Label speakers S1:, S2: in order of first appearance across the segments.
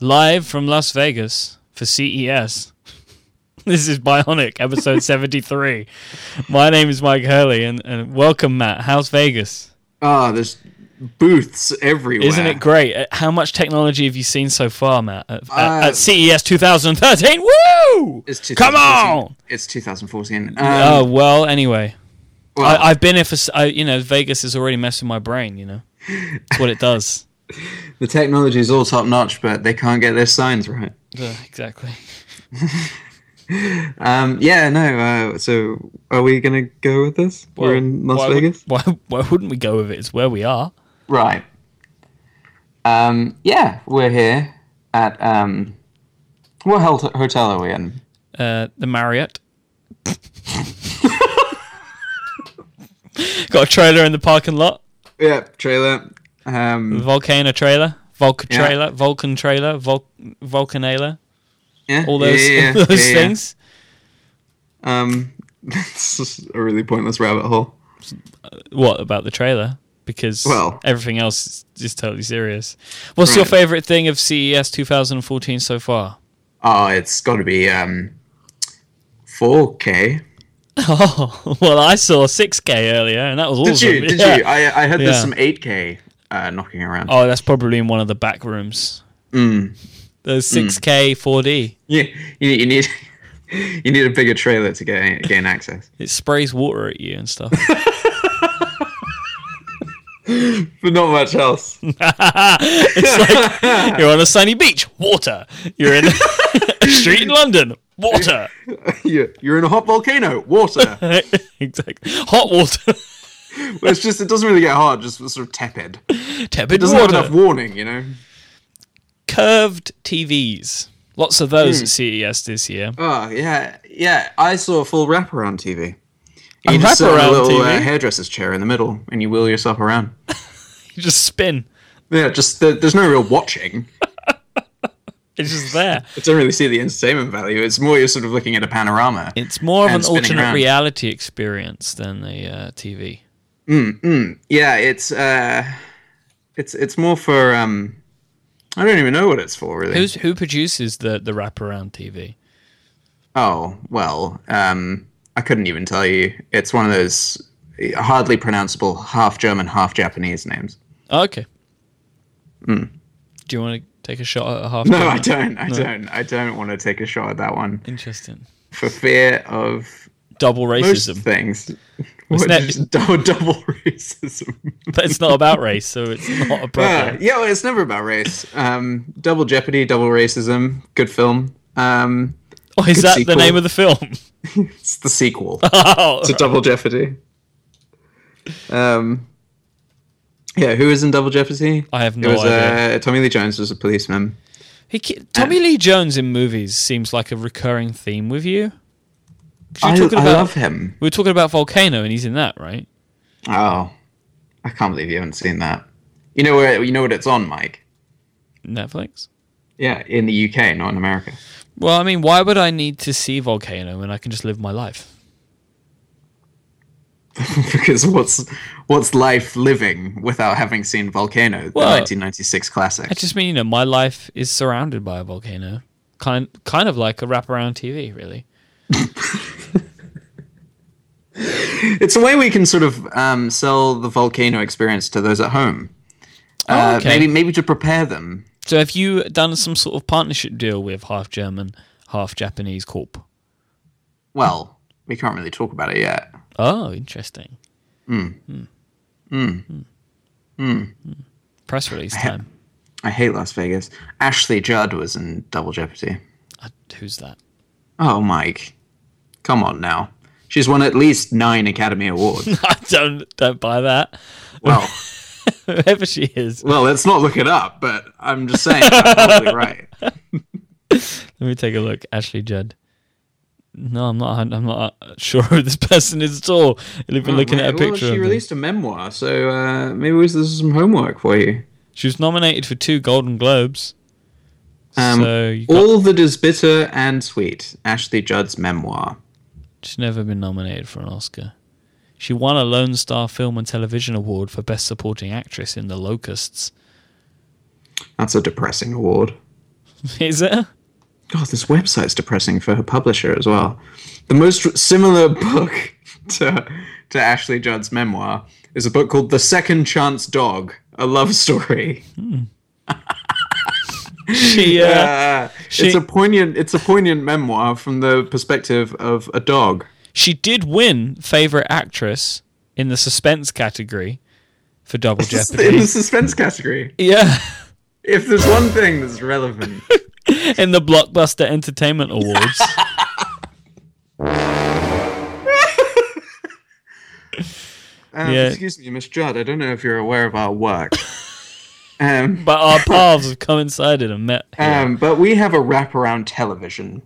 S1: Live from Las Vegas for CES. This is Bionic, episode 73. My name is Mike Hurley, and, and welcome, Matt. How's Vegas?
S2: Ah, there's booths everywhere.
S1: Isn't it great? Uh, How much technology have you seen so far, Matt, at, at-
S2: Uh,
S1: at E CES 2013? Woo!
S2: It's
S1: Come
S2: 2014.
S1: on!
S2: It's 2014. Um,
S1: oh, well, anyway.
S2: well,
S1: I, I've been here for, s- I, you know, Vegas is already messing my brain, you know. It's what it does.
S2: the technology is all top notch, but they can't get their signs right.
S1: Yeah, exactly.
S2: Um, yeah, no. Uh, so, are we gonna go with this? We're in Las
S1: why would-
S2: Vegas,
S1: why, why wouldn't we go with it? It's where we are.
S2: right? Um, yeah, we're here at um, what hel- hotel are we in?
S1: uh, the Marriott. Got a trailer in the parking lot.
S2: Yeah, trailer. Um,
S1: Volcano trailer. Vulcan
S2: Yeah.
S1: trailer. Vulcan trailer. Vul- Vulcanailer.
S2: yeah,
S1: All those,
S2: yeah, yeah, yeah,
S1: all those
S2: yeah, yeah.
S1: things.
S2: Um, it's just a really pointless rabbit hole.
S1: What about the trailer? Because
S2: Well-
S1: everything else is, is totally serious. What's your
S2: Right.
S1: favorite thing of E CES 2014 so far?
S2: Oh, it's got to be um, 4K.
S1: Oh, well, I saw 6K earlier, and that was
S2: Did
S1: awesome.
S2: you? Did
S1: Yeah.
S2: you? I I heard there's
S1: Yeah.
S2: some 8K uh, knocking around.
S1: Oh, that's probably in one of the back rooms. There's
S2: Hmm.
S1: 6K 4D.
S2: Yeah, you, you need you need a bigger trailer to get gain access.
S1: It sprays water at you and stuff.
S2: But not much else.
S1: it's like you're on a sunny beach, water. You're in a street in London, water.
S2: You- You're in a hot volcano, water.
S1: exactly. Hot water,
S2: It's just it doesn't really get hot, just sort of tepid. It
S1: tepid
S2: doesn't
S1: water.
S2: have enough warning, you know.
S1: Curved TVs. Lots of those at CES this year.
S2: Oh yeah, yeah. I saw a full wraparound TV.
S1: A
S2: You just sit on
S1: wraparound
S2: a little Uh,
S1: TV?
S2: hairdresser's chair in the middle, and you wheel yourself around.
S1: You just spin.
S2: Yeah, just there, there's no real watching.
S1: It's just there.
S2: I don't really see the entertainment value. It's more you're sort of looking at a panorama.
S1: It's more of
S2: And
S1: an
S2: spinning
S1: alternate
S2: around.
S1: reality experience than the uh, TV.
S2: Hmm. Yeah, it's uh, it's it's more for um, I don't even know what it's for really.
S1: Who's who produces the the wraparound TV?
S2: oh well, um, I couldn't even tell you. It's one of those hardly pronounceable half German, half Japanese names.
S1: Oh, okay. Hmm. Do you want to take a shot at a half?
S2: No, I don't. I don't. I don't want to take a shot at that one
S1: Interesting.
S2: for fear of
S1: Double
S2: most
S1: racism.
S2: things. What,
S1: that-
S2: just double, double racism.
S1: but it's not about race, so it's not a
S2: Uh,
S1: problem.
S2: yeah, well, it's never about race. Um, double Jeopardy, double racism. Good film. Um,
S1: oh, is
S2: good
S1: that
S2: sequel.
S1: the name of the film?
S2: it's the sequel.
S1: Oh,
S2: to Double Jeopardy. Um, yeah, who was in Double Jeopardy?
S1: I have
S2: It
S1: no
S2: was,
S1: idea.
S2: Uh, Tommy Lee Jones was a policeman.
S1: he, ki- Tommy Lee Jones in movies seems like a recurring theme with you. 'Cause you're
S2: I,
S1: talking
S2: I
S1: about-
S2: love him.
S1: We were talking about Volcano, and he's in that, right?
S2: Oh, I can't believe you haven't seen that. You know where? You know what it's on, Mike?
S1: Netflix.
S2: Yeah, in the UK, not in America.
S1: Well, I mean, why would I need to see Volcano when I can just live my life?
S2: because what's what's life living without having seen Volcano, the
S1: Well,
S2: 1996 classic?
S1: I just mean, you know, my life is surrounded by a volcano, kind kind of like a wraparound TV, really.
S2: It's a way we can sort of um, sell the volcano experience to those at home.
S1: Oh,
S2: Uh,
S1: okay.
S2: Maybe maybe to prepare them.
S1: So, have you done some sort of partnership deal with half German, half Japanese corp?
S2: Well, we can't really talk about it yet.
S1: Oh, interesting. Mm. Mm. Mm.
S2: Hmm.
S1: Press release time.
S2: I hate Las Vegas. Ashley Judd was in Double Jeopardy.
S1: Uh, who's that?
S2: Oh, Mike, come on now. She's won at least nine Academy Awards.
S1: I don't don't buy that.
S2: well,
S1: Whoever she is,
S2: well, let's not look it up. But I'm just saying, I'm probably right.
S1: let me take a look. Ashley Judd. No, I'm not. I'm not uh, sure who this person is at all. I've been looking at a
S2: Right, well,
S1: picture.
S2: she
S1: of them.
S2: released a memoir, so uh, maybe this is some homework for you.
S1: She was nominated for two Golden Globes.
S2: Um,
S1: so you got,
S2: All that is bitter and sweet. Ashley Judd's memoir.
S1: she's never been nominated for an Oscar. She won a Lone Star Film and Television Award for Best Supporting Actress in *The Locusts*.
S2: That's a depressing award.
S1: Is it?
S2: God, this website's depressing for her publisher as well. The most similar book to, to Ashley Judd's memoir is a book called The Second Chance Dog, a love story.
S1: She. Uh,
S2: Uh,
S1: She-
S2: it's a poignant it's a poignant memoir from the perspective of a dog.
S1: She did win favorite actress in the suspense category for Double
S2: In
S1: Jeopardy.
S2: the suspense category.
S1: yeah,
S2: If there's one thing that's relevant,
S1: in the Blockbuster Entertainment Awards.
S2: um,
S1: Yeah.
S2: excuse me, Miss Judd, I don't know if you're aware of our work. Um,
S1: but our paths have coincided and met. Here.
S2: um, but we have a wraparound television.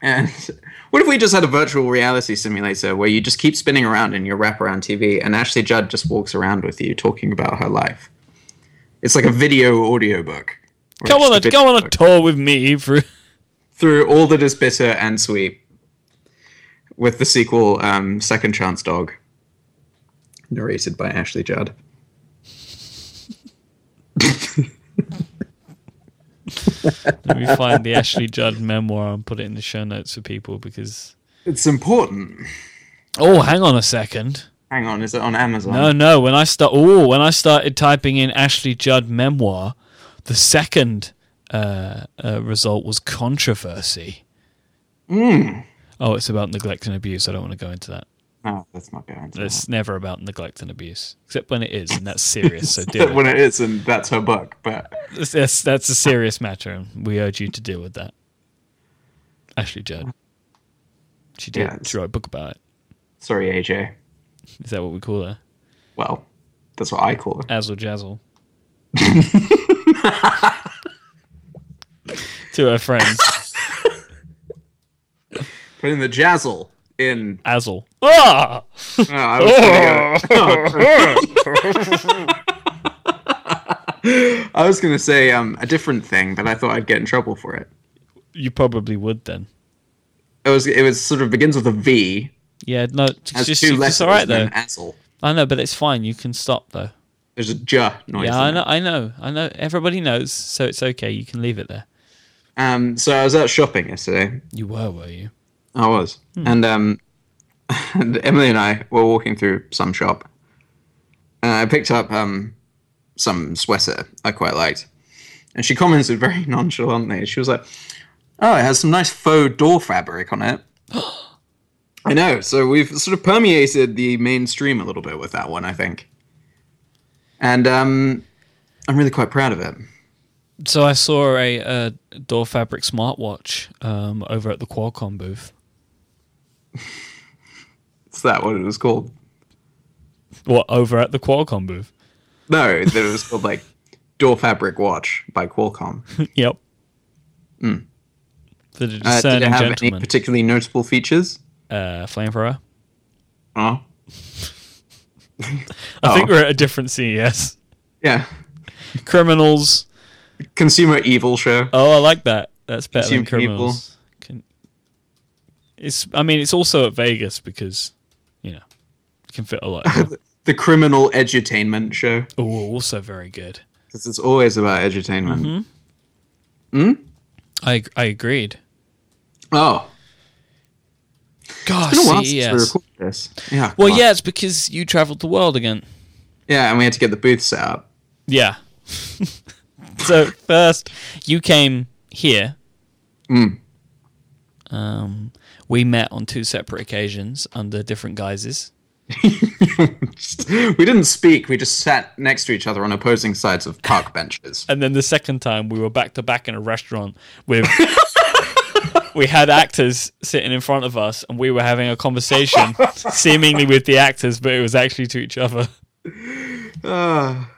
S2: And what if we just had a virtual reality simulator where you just keep spinning around in your wraparound TV and Ashley Judd just walks around with you talking about her life? It's like a video audio book. Or
S1: Come
S2: just
S1: on, a,
S2: video
S1: go on
S2: book.
S1: a tour with me for
S2: through all that is bitter and sweet with the sequel um, second chance dog narrated by ashley judd
S1: Let me find the Ashley Judd memoir and put it in the show notes for people because.
S2: it's important
S1: Oh, hang on a second.
S2: hang on is it on amazon
S1: No, no. When I start, oh, when I started typing in Ashley Judd memoir, the second uh, uh, result was controversy. Oh, it's about neglect and abuse. I don't want to go into that.
S2: No, Ah, that's not going to
S1: It's never about neglect and abuse, except when it is, and that's serious. So deal
S2: happen.
S1: with
S2: when it is and that's her book but
S1: it. That's, that's a serious matter, and we urge you to deal with that. Ashley Judd. She did.
S2: Yeah, it's-
S1: She wrote a book about it.
S2: sorry aj
S1: Is that what we call her?
S2: well that's what i call it
S1: Azzle Jazzle. to her friends.
S2: put in the jazzle in
S1: Azzle. Ah!
S2: oh, I was gonna go-
S1: Oh.
S2: I was going to say um, a different thing but i thought i'd get in trouble for it
S1: You probably would then.
S2: it was it was sort of begins with a v
S1: Yeah, no, it's
S2: has
S1: just,
S2: two
S1: it's
S2: letters
S1: all right
S2: and
S1: though.
S2: an assel.
S1: I know, but it's fine. You can stop though.
S2: There's a j noise.
S1: Yeah, I
S2: in
S1: know,
S2: Oh, it.
S1: I know, I know. Everybody knows, so it's okay. You can leave it there.
S2: Um, so I was out shopping yesterday.
S1: You were, were you?
S2: I was, and um, and Emily and I were walking through some shop, and I picked up um, some sweater I quite liked, and she commented very nonchalantly. She was like, "Oh, it has some nice faux door fabric on it." I know. So we've sort of permeated the mainstream a little bit with that one, I think, and um, I'm really quite proud of it.
S1: So I saw a, uh door fabric smartwatch um, over at the Qualcomm booth.
S2: Is that what it was called?
S1: What over at the Qualcomm booth?
S2: No, that it was called like Door Fabric Watch by Qualcomm.
S1: yep. For the
S2: Hmm. Uh, did
S1: discerning
S2: it have any
S1: gentleman,
S2: particularly notable features?
S1: uh, flamethrower.
S2: Oh,
S1: I
S2: Oh.
S1: think we're at a different CES.
S2: yeah.
S1: Criminals.
S2: Consumer evil show.
S1: Oh, I like that. That's better than
S2: Consume people.
S1: criminals. Can, it's. I mean, it's also at Vegas because you know you can fit a lot.
S2: The criminal edutainment show.
S1: oh, also very good.
S2: Because it's always about edutainment.
S1: Mm-hmm. I ag- I agreed.
S2: Oh,
S1: Gosh, E
S2: it's been a while since we
S1: CES.
S2: recorded this. Yeah.
S1: Well,
S2: God.
S1: yeah, it's because you travelled the world again.
S2: Yeah, and we had to get the booth set up.
S1: Yeah. so first, you came here.
S2: Mm.
S1: Um, we met on two separate occasions under different guises.
S2: Just- we didn't speak. We just sat next to each other on opposing sides of park benches.
S1: And then the second time, we were back to back in a restaurant with. we had actors sitting in front of us, and we were having a conversation, seemingly with the actors, but it was actually to each other.
S2: Ah,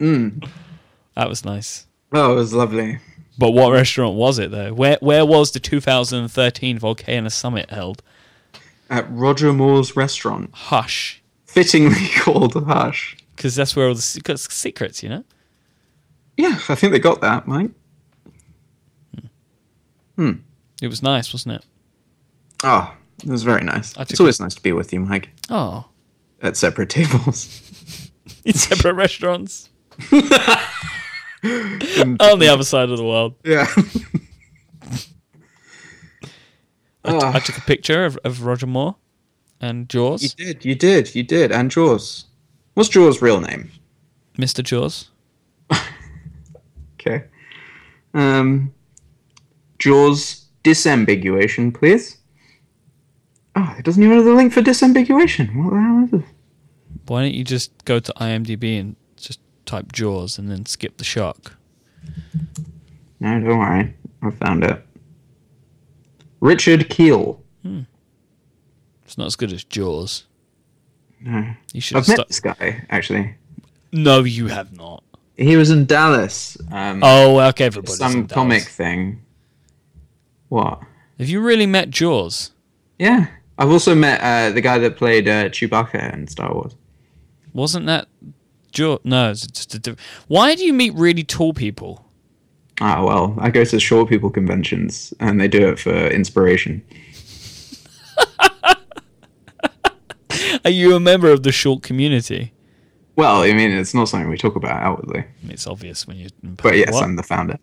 S1: That was nice.
S2: oh, it was lovely.
S1: But what restaurant was it though? Where where was the 2013 Volcano Summit held?
S2: At Roger Moore's restaurant,
S1: Hush,
S2: fittingly called Hush.
S1: because that's where all the se- 'cause secrets, you know.
S2: Yeah, I think they got that, Mike.
S1: It was nice, wasn't it?
S2: Oh, it was very nice.
S1: took
S2: It's always nice to be with you, Mike,
S1: Oh,
S2: at separate tables.
S1: in separate restaurants.
S2: in
S1: on the other side of the world.
S2: yeah.
S1: I,
S2: Ah.
S1: t- I took a picture of, of Roger Moore and
S2: you
S1: Jaws,
S2: did, you did, you did. And Jaws. What's Jaws' real name?
S1: Mr. Jaws.
S2: Okay. Um, Jaws disambiguation, please. Oh, it doesn't even have the link for disambiguation. What the hell is this?
S1: Why don't you just go to IMDb and just type Jaws and then skip the shark?
S2: No, don't worry. I found it. Richard Keel.
S1: It's not as good as Jaws.
S2: No.
S1: You should have
S2: I've met
S1: stuck.
S2: this guy, actually.
S1: No, you have not.
S2: He was in Dallas. Um,
S1: Oh, okay, everybody's in
S2: some
S1: Dallas.
S2: comic thing. What?
S1: Have you really met Jaws?
S2: Yeah. I've also met uh, the guy that played uh, Chewbacca in Star Wars.
S1: Wasn't that Jaws? No, it's just a diff- Why do you meet really tall people?
S2: Ah, well, I go to short people conventions and they do it for inspiration.
S1: Are you a member of the short community?
S2: Well, I mean, it's not something we talk about outwardly,
S1: It's obvious when you're. In
S2: but yes,
S1: What?
S2: I'm the founder.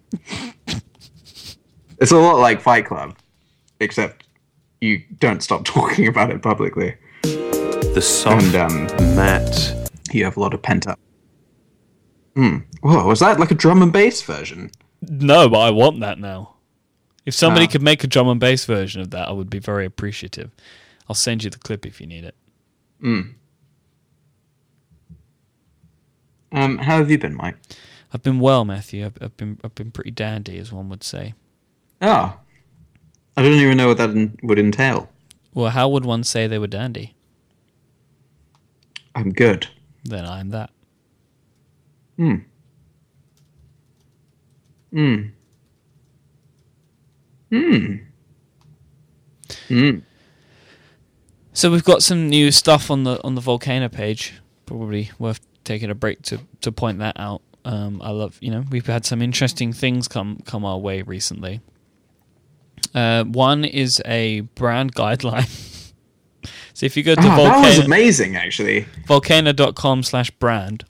S2: it's a lot like Fight Club, except you don't stop talking about it publicly,
S3: The soft
S2: and um,
S3: matte
S2: you have a lot of pent up. Hmm. Whoa, was that like a drum and bass version?
S1: No, but I want that now. If somebody
S2: Ah.
S1: could make a drum and bass version of that, I would be very appreciative. I'll send you the clip if you need it.
S2: Um, how have you been, Mike?
S1: I've been well, Matthew. I've, I've been I've been pretty dandy, as one would say.
S2: Oh, I don't even know what that en- would entail.
S1: Well, how would one say they were dandy?
S2: I'm good.
S1: Then I'm that.
S2: Hmm. Hmm.
S1: So we've got some new stuff on the on the volcano page. Probably worth taking a break to to point that out. Um, I love you know we've had some interesting things come come our way recently. Uh, one is a brand guideline. so if you go to
S2: Ah, that was
S1: volcano,
S2: amazing, actually.
S1: volcano.com slash brand,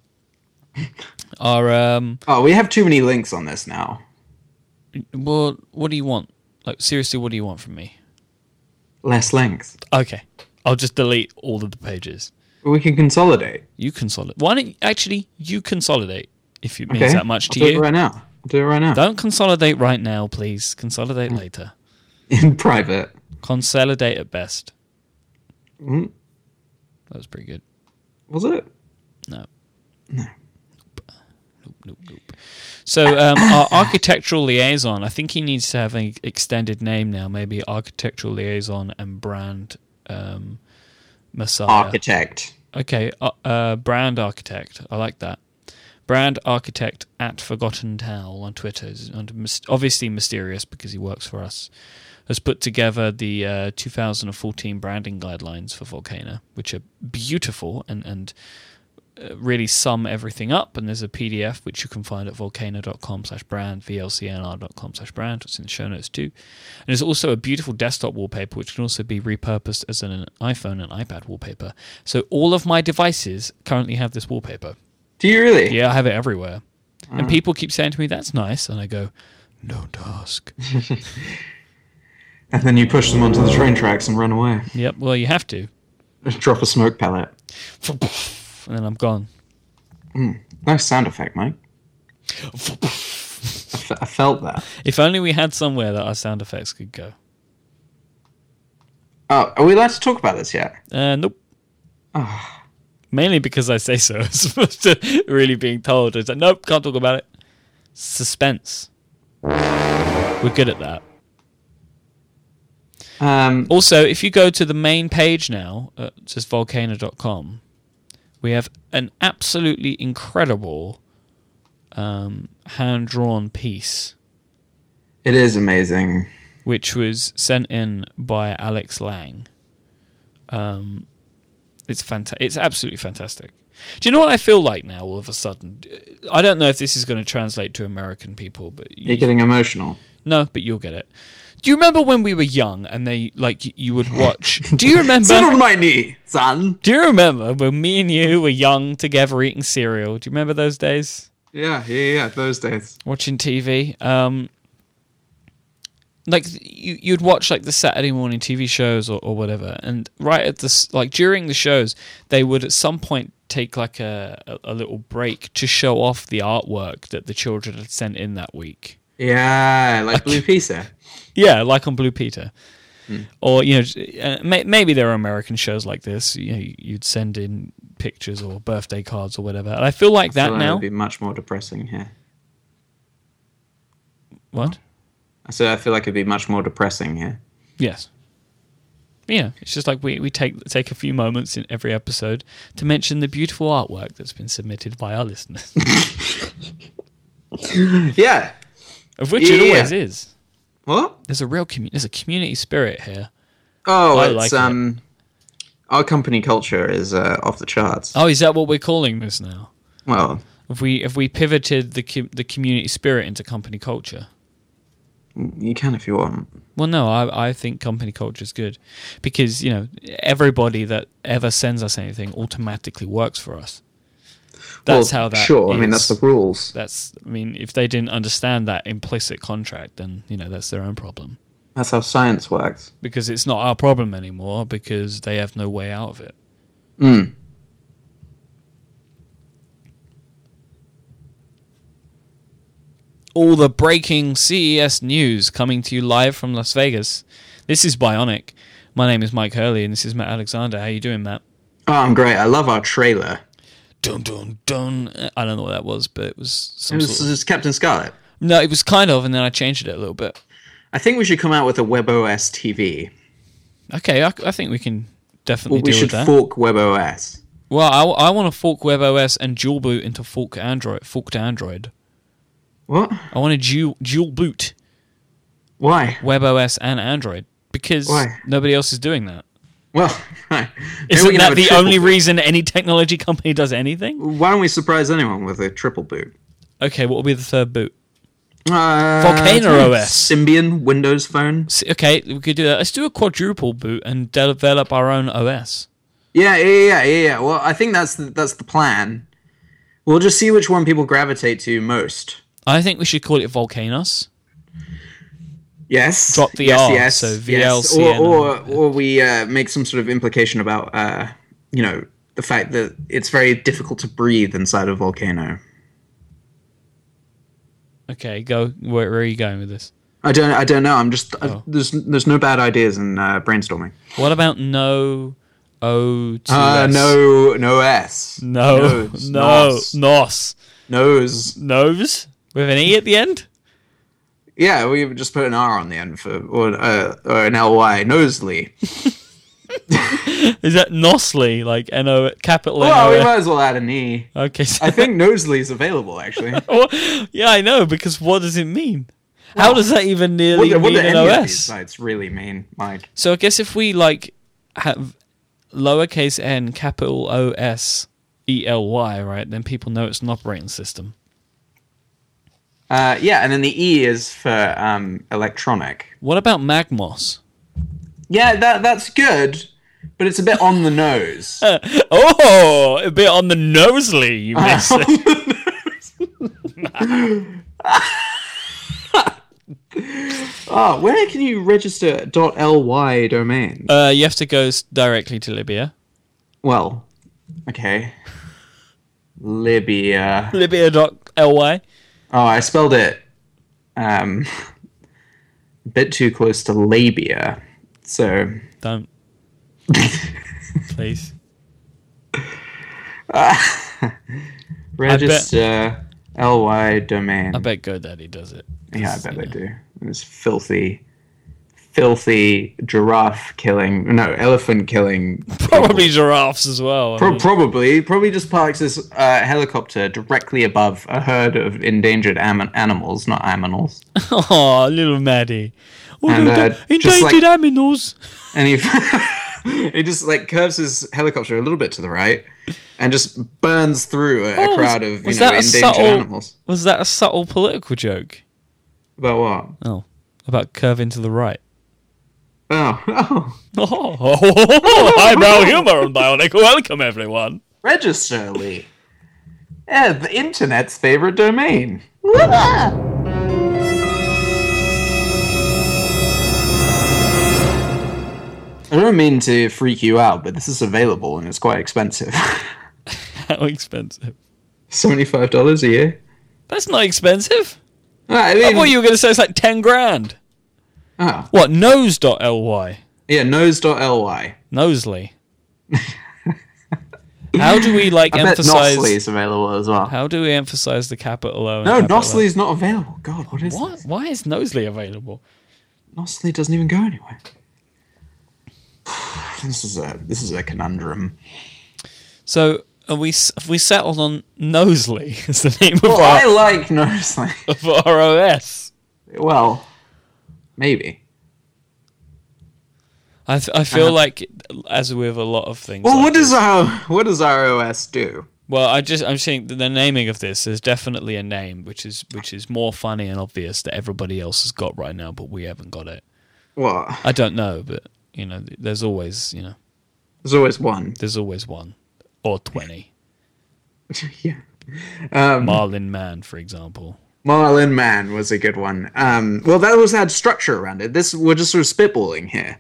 S1: are um
S2: Oh, we have too many links on this now.
S1: well what do you want? Like seriously, what do you want from me?
S2: Less links.
S1: Okay, I'll just delete all of the pages.
S2: We can consolidate.
S1: You consolidate. Why don't actually you consolidate if it means
S2: Okay.
S1: that much to
S2: I'll
S1: you?
S2: Do it right now. I'll do it right now. Hmm.
S1: Don't consolidate right now, please. Consolidate later.
S2: In private.
S1: Consolidate at best.
S2: Hmm.
S1: That was pretty good.
S2: Was it?
S1: No. No. Nope, nope, nope. So um, our architectural liaison, I think he needs to have an extended name now. Maybe architectural liaison and brand um, messiah.
S2: Architect.
S1: Okay, uh, uh, brand architect. I like that. Brand architect at Forgotten Towel on Twitter, is under mys- obviously mysterious because he works for us, has put together the uh, 2014 branding guidelines for Volcano, which are beautiful and and uh, really sum everything up. And there's a PDF which you can find at volcano.com/brand, vlcnr.com/brand. It's in the show notes too. And there's also a beautiful desktop wallpaper which can also be repurposed as an iPhone and iPad wallpaper. So all of my devices currently have this wallpaper.
S2: Do you really?
S1: Yeah, I have it everywhere. And people keep saying to me, that's nice. And I go, don't ask.
S2: And then you push them onto the train tracks and run away.
S1: yep, well, you have to.
S2: Drop a smoke pellet.
S1: And then I'm gone.
S2: Nice sound effect, Mike. I, f- I felt that.
S1: If only we had somewhere that our sound effects could go.
S2: Oh, are we allowed to talk about this yet?
S1: Uh, nope. Mainly because I say so, as opposed to really being told. It's like, nope, can't talk about it. Suspense. We're good at that.
S2: Um,
S1: Also, if you go to the main page now, uh, just volcano.com, we have an absolutely incredible um, hand drawn piece,
S2: it is amazing.
S1: which was sent in by Alex Lang. Um, it's fanta- It's absolutely fantastic. Do you know what I feel like now? All of a sudden, I don't know if this is going to translate to American people, but
S2: You're getting emotional.
S1: no, but you'll get it. Do you remember when we were young and they like y- you would watch? Do you remember?
S2: Sit on my knee, son.
S1: Do you remember when me and you were young together eating cereal? Do you remember those days?
S2: Yeah, yeah, yeah. Those days.
S1: watching TV. Um, like th- you, you'd watch like the Saturday morning TV shows or, or whatever, and right at the s- like during the shows, they would at some point take like a, a, a little break to show off the artwork that the children had sent in that week.
S2: Yeah, like Blue Peter.
S1: Yeah, like on Blue Peter. Or you know, j- uh, may, maybe there are American shows like this. You know, you'd send in pictures or birthday cards or whatever. And I feel like that
S2: Well,
S1: now.
S2: would be much more depressing here.
S1: What?
S2: I said I feel like it'd be much more depressing here.
S1: Yes. Yeah, it's just like we, we take take a few moments in every episode to mention the beautiful artwork that's been submitted by our listeners,
S2: Yeah.
S1: of which it
S2: Yeah.
S1: always is.
S2: What?
S1: There's a real commu- there's a community spirit here.
S2: Oh,
S1: I
S2: it's
S1: like it.
S2: um, our company culture is uh, off the charts.
S1: Oh, is that what we're calling this now?
S2: Well,
S1: Have we have we pivoted the com- the community spirit into company culture?
S2: you can if you want.
S1: Well, no, I I think company culture is good because you know everybody that ever sends us anything automatically works for us. That's
S2: Well,
S1: how that
S2: Sure. I mean,
S1: is.
S2: that's the rules.
S1: that's i mean if they didn't understand that implicit contract then you know that's their own problem
S2: That's how science works.
S1: because it's not our problem anymore because they have no way out of it
S2: Mm.
S1: all the breaking ces news coming to you live from las vegas this is bionic my name is mike hurley and this is matt alexander how you doing matt
S2: Oh, I'm great. I love our trailer.
S1: dun dun dun Uh, i don't know what that was but it was
S2: It
S1: some
S2: was,
S1: sort of,
S2: it's Captain Scarlet.
S1: no it was kind of and then i changed it a little bit
S2: I think we should come out with a WebOS TV.
S1: okay i, I think we can definitely
S2: Well, we
S1: deal
S2: should
S1: with that
S2: fork WebOS.
S1: Well, I, want to fork WebOS and dual boot into fork Android, forked Android.
S2: What?
S1: I want to dual, dual boot
S2: Why?
S1: WebOS and Android because
S2: Why?
S1: nobody else is doing that.
S2: Well, right. Maybe we
S1: Isn't
S2: can have
S1: that
S2: a
S1: the
S2: triple
S1: only
S2: boot.
S1: reason any technology company does anything?
S2: Why don't we surprise anyone with a triple boot?
S1: Okay, what will be the third boot?
S2: Uh,
S1: Volcano
S2: I don't know,
S1: OS.
S2: Symbian Windows Phone.
S1: S- Okay, we could do that. Let's do a quadruple boot and develop our own OS.
S2: Yeah, yeah, yeah, yeah. yeah. Well, I think that's the, that's the plan. We'll just see which one people gravitate to most.
S1: I think we should call it Volcanoes.
S2: Yes.
S1: Drop the
S2: yes,
S1: R,
S2: Yes.
S1: so
S2: yes. Or
S1: VLCN.
S2: or, or we uh, make some sort of implication about uh, you know the fact that it's very difficult to breathe inside a volcano.
S1: Okay, go. Where, where are you going with this?
S2: I don't. I don't know. I'm just.
S1: Oh.
S2: I, there's. There's no bad ideas in uh, brainstorming.
S1: What about no O2S?
S2: Uh, no. No s.
S1: No.
S2: Nose,
S1: No.
S2: nos,
S1: Nos.
S2: Nose.
S1: Nose with an E at the end?
S2: Yeah, we would just put an R on the end for or, uh, or an ly. Nosely.
S1: Is that Nosley? Like N O capital N
S2: Well, we
S1: O?
S2: might as well add an e.
S1: Okay. So,
S2: I think Nosely is available actually.
S1: yeah, I know because what does it mean? How does that even
S2: What,
S1: nearly
S2: do- what E do
S1: mean an
S2: any of these
S1: OS?
S2: sites really mean, Mike?
S1: So I guess if we like have lowercase n capital O S E L Y, right? Then people know it's an operating system.
S2: Uh, yeah, and then the E is for um, electronic.
S1: What about Magmos?
S2: Yeah, that that's good, but it's a bit on the nose.
S1: Oh, a bit on the nosely, you
S2: Ah.
S1: miss.
S2: oh, where can you register .ly domain?
S1: uh, you have to go s- directly to Libya.
S2: well, okay. Libya.
S1: Libya.ly.
S2: Oh, I spelled it um, a bit too close to labia. So,
S1: Don't. Please.
S2: register ly domain.
S1: I bet GoDaddy does it.
S2: Yeah, I
S1: 'Cause,
S2: bet
S1: you
S2: they
S1: know.
S2: do. It's filthy, filthy giraffe killing. No, elephant killing.
S1: Probably giraffes as well. I
S2: Pro-
S1: mean,
S2: probably, probably just parks this uh, helicopter directly above a herd of endangered am- animals, not aminals.
S1: Aw, little Maddie. Oh,
S2: And,
S1: no,
S2: uh,
S1: the
S2: just like-
S1: endangered animals.
S2: And he, he just like curves his helicopter a little bit to the right, and just burns through a, a
S1: Oh, was-
S2: crowd of you
S1: was
S2: know
S1: that a
S2: endangered
S1: subtle-
S2: animals.
S1: Was that a subtle political joke?
S2: About what?
S1: Oh, about curving to the right.
S2: Oh, oh,
S1: Oh, eyebrow humor on Bionic. Welcome, everyone.
S2: register Lee. Yeah, the internet's favorite domain. I don't mean to freak you out, but this is available and it's quite expensive.
S1: How expensive?
S2: Seventy-five dollars a year. Ah,
S1: That's not expensive.
S2: I
S1: I
S2: mean,
S1: thought you were going to say it's like 10 grand.
S2: ah,
S1: What? Nose.ly.
S2: yeah, nose.ly.
S1: Nosely. How do we like
S2: I bet Nosly
S1: emphasize?
S2: is available as well.
S1: How do we emphasize the capital O? And
S2: No,
S1: capital L?
S2: Nosly is not available. God, what is
S1: What? Why is Nosley available?
S2: Nosly doesn't even go anywhere. This is a this is a conundrum.
S1: So are we s- have we settled on Nosley as the name of
S2: Well, uh, I
S1: our
S2: like Nosly.
S1: of our OS.
S2: well, maybe.
S1: I, f- I feel like as with a lot of things.
S2: Uh-huh. Well,
S1: like
S2: what
S1: this-
S2: does our what does our OS do?
S1: Well, I just I'm saying that the naming of this is definitely a name which is which is more funny and obvious that everybody else has got right now, but we haven't got it.
S2: Well,
S1: I don't know, but you know, th- there's always you know
S2: there's always one.
S1: there's always one or twenty.
S2: yeah. Um,
S1: Marlin Man, for example.
S2: Marlin Man was a good one. Um, well, that was had structure around it. This we're just sort of spitballing here.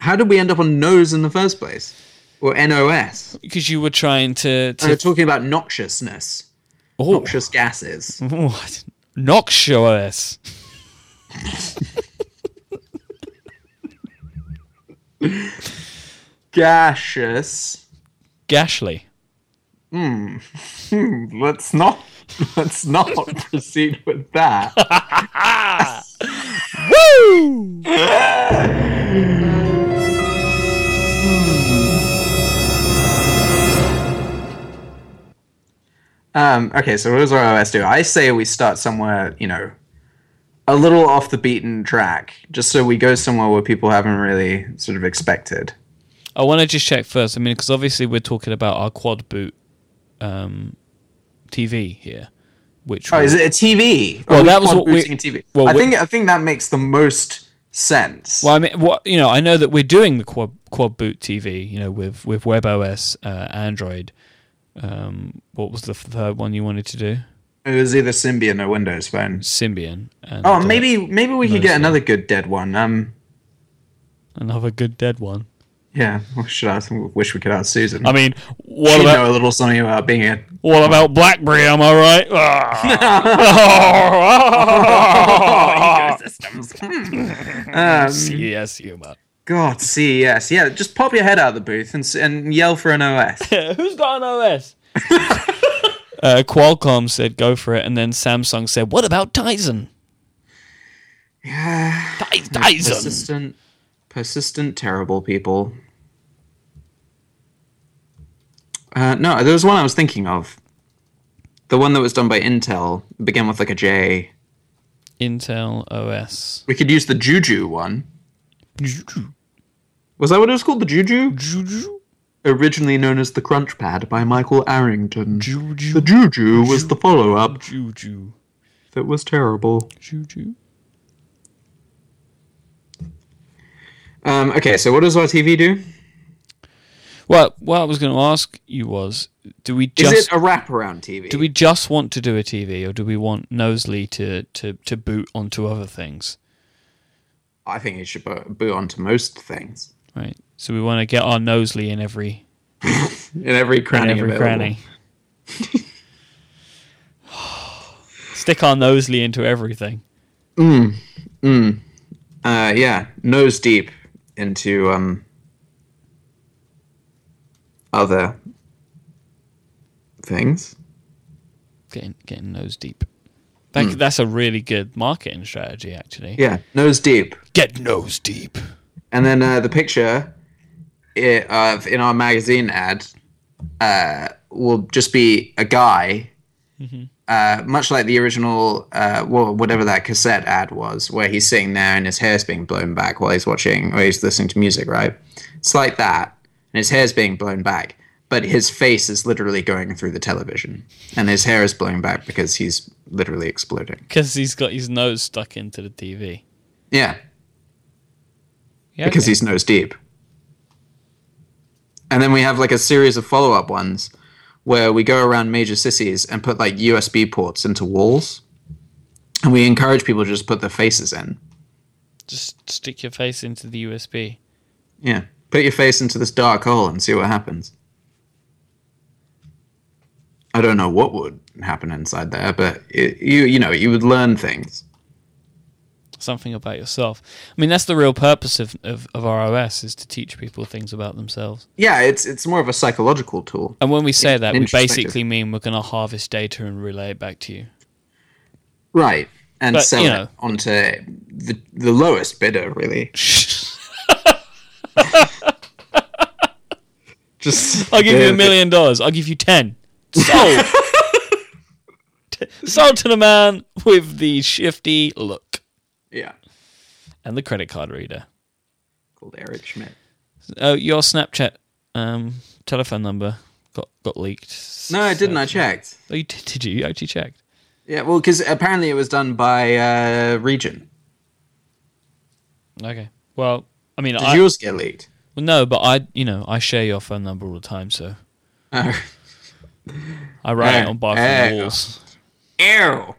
S2: How did we end up on nose in the first place, or NOS?
S1: Because you were trying to,
S2: We're
S1: to
S2: talking about noxiousness,
S1: oh,
S2: noxious gases.
S1: What? Noxious.
S2: Gaseous.
S1: Gashly.
S2: Hmm, Let's not. Let's not proceed with that.
S1: Woo!
S2: Um, okay, so what does our OS do? I say we start somewhere, you know, a little off the beaten track, just so we go somewhere where people haven't really sort of expected.
S1: I want to just check first. I mean, because obviously we're talking about our quad boot um, TV here, which
S2: Oh,
S1: was-
S2: is it a TV?
S1: Well,
S2: Are we
S1: that was what we-
S2: quad-booting a TV.
S1: well,
S2: I
S1: we-
S2: think I think that makes the most sense.
S1: Well, I mean, what you know, I know that we're doing the quad quad boot TV, you know, with with WebOS, uh, Android. Um, what was the third one you wanted to do?
S2: It was either Symbian or Windows Phone.
S1: Symbian. And,
S2: Oh,
S1: uh,
S2: maybe maybe we could
S1: Windows
S2: get
S1: Phone.
S2: another good dead one. Um,
S1: another good dead one.
S2: yeah, we should ask. Wish we could ask Susan.
S1: I mean, what
S2: Hmm. you
S1: about
S2: know a little something about being a
S1: What about BlackBerry? Am I right? Ah.
S2: Hmm.
S1: yes, humor.
S2: God CES. Yeah, just pop your head out of the booth and s- and yell for an OS.
S1: Who's got an OS? uh, Qualcomm said go for it, and then Samsung said, "What about Tizen?" Ty- Tizen.
S2: persistent, persistent, terrible people. Uh, no, there was one I was thinking of. The one that was done by Intel began with like a J.
S1: Intel OS.
S2: We could use the Juju one. Was that what it was called? The Juju, originally known as the Crunchpad by Michael Arrington. The Juju was the follow-up
S1: Juju.
S2: that was terrible.
S1: Juju.
S2: Um, okay, so what does our TV do?
S1: Well, what I was going to ask you was, do we
S2: Is
S1: just
S2: it a wraparound TV?
S1: Do we just want to do a TV, or do we want Nosley to, to, to boot onto other things?
S2: I think it should bo- boot onto most things.
S1: Right. So we want to get our Nosley in every
S2: in every
S1: in
S2: cranny
S1: every
S2: available.
S1: cranny. Stick our Nosley into everything.
S2: Uh, yeah, nose deep into um other things.
S1: Getting getting nose deep. That, That's a really good marketing strategy, actually.
S2: Yeah, nose deep,
S1: Get nose deep.
S2: and then uh, the picture i of in our magazine ad uh, will just be a guy. Uh, much like the original, uh, well, whatever that cassette ad was, where he's sitting there and his hair's being blown back while he's watching or he's listening to music, right? It's like that, and his hair's being blown back, but his face is literally going through the television, and his hair is blowing back because he's literally exploding.
S1: Because he's got his nose stuck into the TV.
S2: Yeah,
S1: Yeah,
S2: because
S1: okay.
S2: he's nose deep. And then we have like a series of follow up ones where we go around major cities and put like USB ports into walls, and we encourage people to just put their faces in.
S1: Just stick your face into the USB.
S2: Yeah, put your face into this dark hole and see what happens. I don't know what would happen inside there, but it, you you know you would learn things.
S1: Something about yourself. I mean, that's the real purpose of, of, of ROS is to teach people things about themselves.
S2: Yeah, it's it's more of a psychological tool.
S1: And when we say that, we
S2: Introspective.
S1: basically mean we're going to harvest data and relay it back to you.
S2: Right. And
S1: But,
S2: sell
S1: you
S2: it
S1: know.
S2: onto the the lowest bidder, really. Just
S1: I'll give you a million dollars. I'll give you ten. Sold. T- Sold to the man with the shifty look
S2: Yeah.
S1: and the credit card reader.
S2: Called Eric Schmidt.
S1: Oh, your Snapchat um, telephone number got got leaked.
S2: No, I didn't. I checked.
S1: Oh, you did, did you? You actually checked.
S2: Yeah, well, because apparently it was done by uh, region.
S1: Okay. Well, I mean,
S2: Did
S1: I
S2: yours get leaked?
S1: well, no, but I you know I share your phone number all the time, so uh,
S2: Oh.
S1: I write
S2: Eh,
S1: it on bathroom
S2: eh.
S1: walls.
S2: Ew.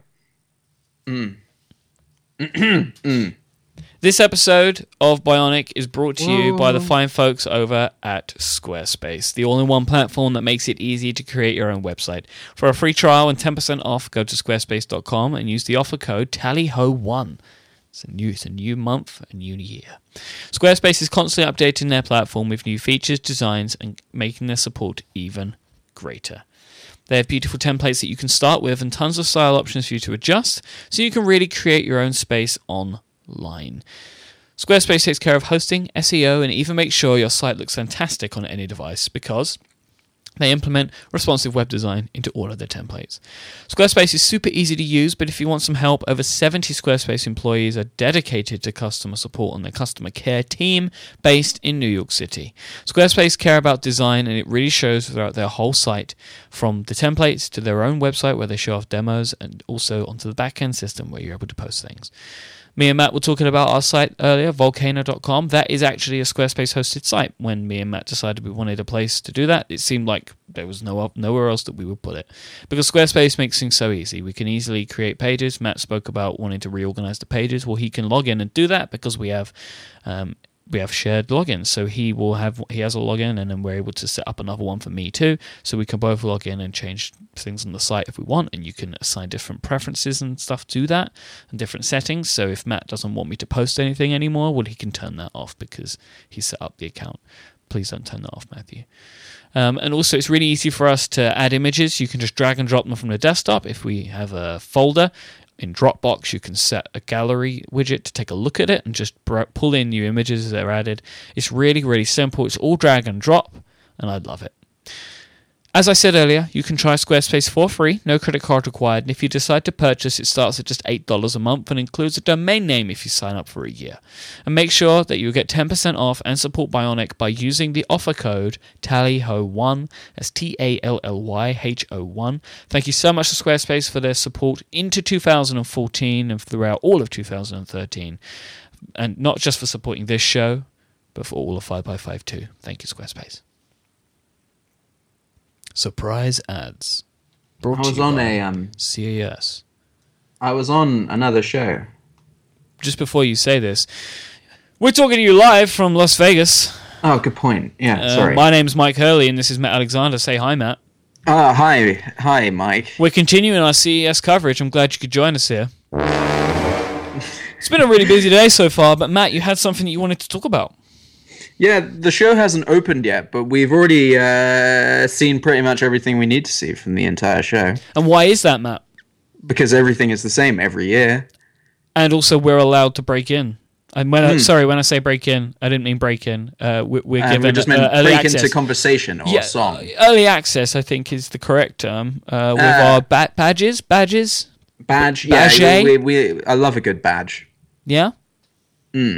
S1: This episode of Bionic is brought to you by the fine folks over at Squarespace, the all in one platform that makes it easy to create your own website. For a free trial and 10% off, go to squarespace.com and use the offer code TALLYHO1. It's a new, it's a new month, a new year. Squarespace is constantly updating their platform with new features, designs, and making their support even greater. They have beautiful templates that you can start with and tons of style options for you to adjust so you can really create your own space online. Squarespace takes care of hosting, SEO, and even makes sure your site looks fantastic on any device because they implement responsive web design into all of their templates. Squarespace is super easy to use, but if you want some help, over 70 Squarespace employees are dedicated to customer support on their customer care team based in New York City. Squarespace care about design and it really shows throughout their whole site, from the templates to their own website where they show off demos and also onto the backend system where you're able to post things. Me and Matt were talking about our site earlier, volcano.com. That is actually a Squarespace hosted site. When me and Matt decided we wanted a place to do that, it seemed like there was no nowhere else that we would put it. Because Squarespace makes things so easy. We can easily create pages. Matt spoke about wanting to reorganize the pages. Well, he can log in and do that because we have um, we have shared logins. So he will have he has a login, and then we're able to set up another one for me too. So we can both log in and change things on the site if we want, and you can assign different preferences and stuff to that, and different settings. So if Matt doesn't want me to post anything anymore, well, he can turn that off because he set up the account. Please don't turn that off, Matthew. Um, and also, it's really easy for us to add images. You can just drag and drop them from the desktop. If we have a folder in Dropbox, you can set a gallery widget to take a look at it and just br- pull in new images as they're added. It's really, really simple. It's all drag and drop, and I love it. As I said earlier, you can try Squarespace for free, no credit card required, and if you decide to purchase, it starts at just $8 a month and includes a domain name if you sign up for a year. And make sure that you get 10% off and support Bionic by using the offer code TALLYHO1, that's T A L L Y H O 1. Thank you so much to Squarespace for their support into 2014 and throughout all of 2013, and not just for supporting this show, but for all of 5x5 too. Thank you, Squarespace. Surprise ads. Brought
S2: I
S1: to
S2: was
S1: you
S2: on
S1: by
S2: a um,
S1: CES.
S2: I was on another show.
S1: Just before you say this, we're talking to you live from Las Vegas.
S2: Oh, good point. Yeah,
S1: Uh,
S2: sorry.
S1: My name's Mike Hurley, and this is Matt Alexander. Say hi, Matt.
S2: Ah, hi, hi, Mike.
S1: We're continuing our CES coverage. I'm glad you could join us here. it's been a really busy day so far, but Matt, you had something that you wanted to talk about.
S2: Yeah, the show hasn't opened yet, but we've already uh, seen pretty much everything we need to see from the entire show
S1: And why is that, Matt?
S2: because everything is the same every year.
S1: And also, we're allowed to break in. And when I, sorry, when I say break in, I didn't mean break in. Uh, we, we're
S2: Hmm. Uh,
S1: given
S2: we just meant
S1: uh, early
S2: break
S1: access.
S2: into conversation or song.
S1: Early access, I think, is the correct term. Uh, with
S2: Uh,
S1: our ba- badges, badges,
S2: Badge, yeah,
S1: Badge. eh?
S2: we, we, we, I love a good badge.
S1: yeah.
S2: Hmm.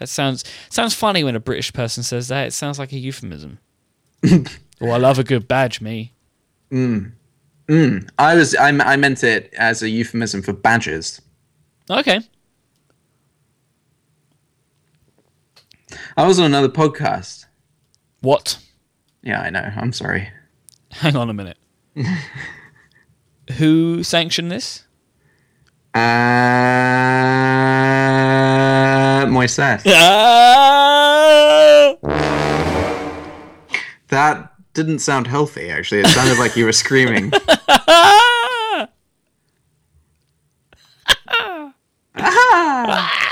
S1: That sounds sounds funny when a British person says that. It sounds like a euphemism. oh, I love a good badge, me.
S2: Mm. I was, I, I meant it as a euphemism for badges.
S1: Okay.
S2: I was on another podcast.
S1: What?
S2: Yeah, I know. I'm sorry.
S1: hang on a minute. Who sanctioned this?
S2: Uh, Moises.
S1: Ah!
S2: That didn't sound healthy, actually. It sounded like you were screaming.
S1: Ah!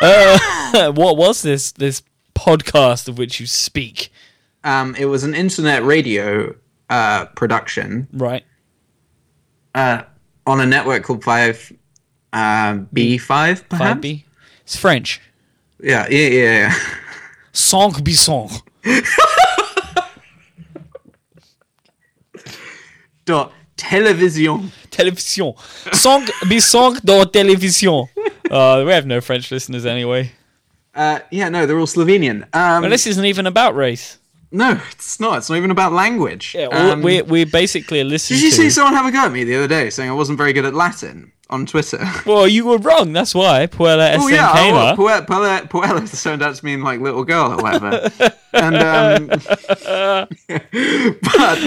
S1: Ah! what was this this podcast of which you speak?
S2: Um, it was an internet radio uh, production
S1: Right.
S2: on a network called 5 uh, B5, perhaps?
S1: Five B. It's French.
S2: Yeah, yeah, yeah. yeah.
S1: Cinq bisson.
S2: Dot television.
S1: Television. Cinq bisson dans television. Uh, we have no French listeners anyway.
S2: Uh, yeah, no, they're all Slovenian. Um,
S1: Well, this isn't even about race.
S2: no, it's not. It's not even about language.
S1: Yeah, all-
S2: Um,
S1: we we basically listening
S2: Did you
S1: to.
S2: see someone have a go at me the other day saying I wasn't very good at Latin on Twitter?
S1: well, you were wrong. That's why Puella
S2: Oh yeah,
S1: Esenkela.
S2: oh, Puella, Puella, Puella turned out to mean like little girl or whatever. and um, but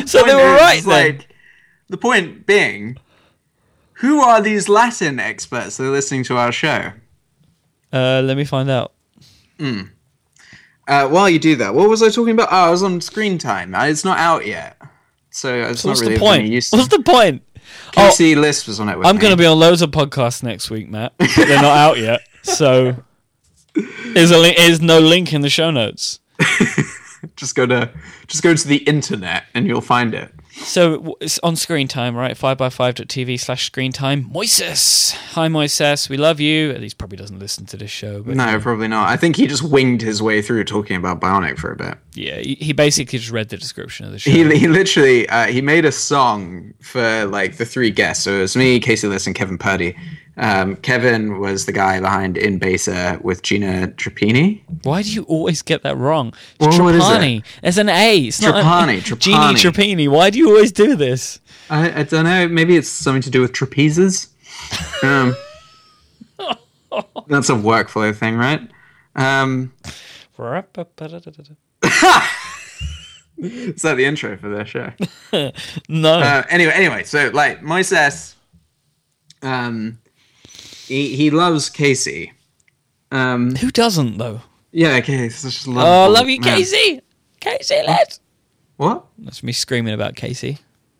S1: So they were right then.
S2: Like the point being, who are these Latin experts that are listening to our show?
S1: Uh, let me find out.
S2: Uh, while you do that, what was I talking about? Oh, I was on screen time. Uh, It's not out yet, so it's
S1: What's
S2: not
S1: the
S2: really of
S1: point?
S2: any use.
S1: What's the point? Oh,
S2: PC List was on it. With
S1: I'm going to
S2: to
S1: be on loads of podcasts next week, Matt. But they're not out yet, so is a link, is no link in the show notes.
S2: just go to just go to the internet and you'll find it.
S1: So w- it's on screen time, right? 5x5.tv slash screen time. Moises. Hi, Moises. We love you. He probably doesn't listen to this show, but
S2: No, probably not. I think he just winged his way through talking about Bionic for a bit.
S1: yeah, he he basically just read the description of the show.
S2: He, he literally uh, he made a song for like the three guests. So it was me, Casey List, and Kevin Purdy. Um, Kevin was the guy behind In Besa with Gina Trapani.
S1: Why do you always get that wrong? It's
S2: Well, what is it?
S1: Trapani. There's an A. It's not a,
S2: Trapani, Trapani.
S1: Genie Trapani. Why do you always do this?
S2: I, I don't know. Maybe it's something to do with trapezes. Um, that's a workflow thing, right? Um,
S1: No.
S2: is that the intro for their show? uh, anyway, anyway, so like Moises, um, he he loves Casey. Um,
S1: Who doesn't though?
S2: yeah, Casey, such a
S1: Oh,
S2: lovable
S1: love you,
S2: man.
S1: Casey. Casey, lad.
S2: What?
S1: That's me screaming about Casey.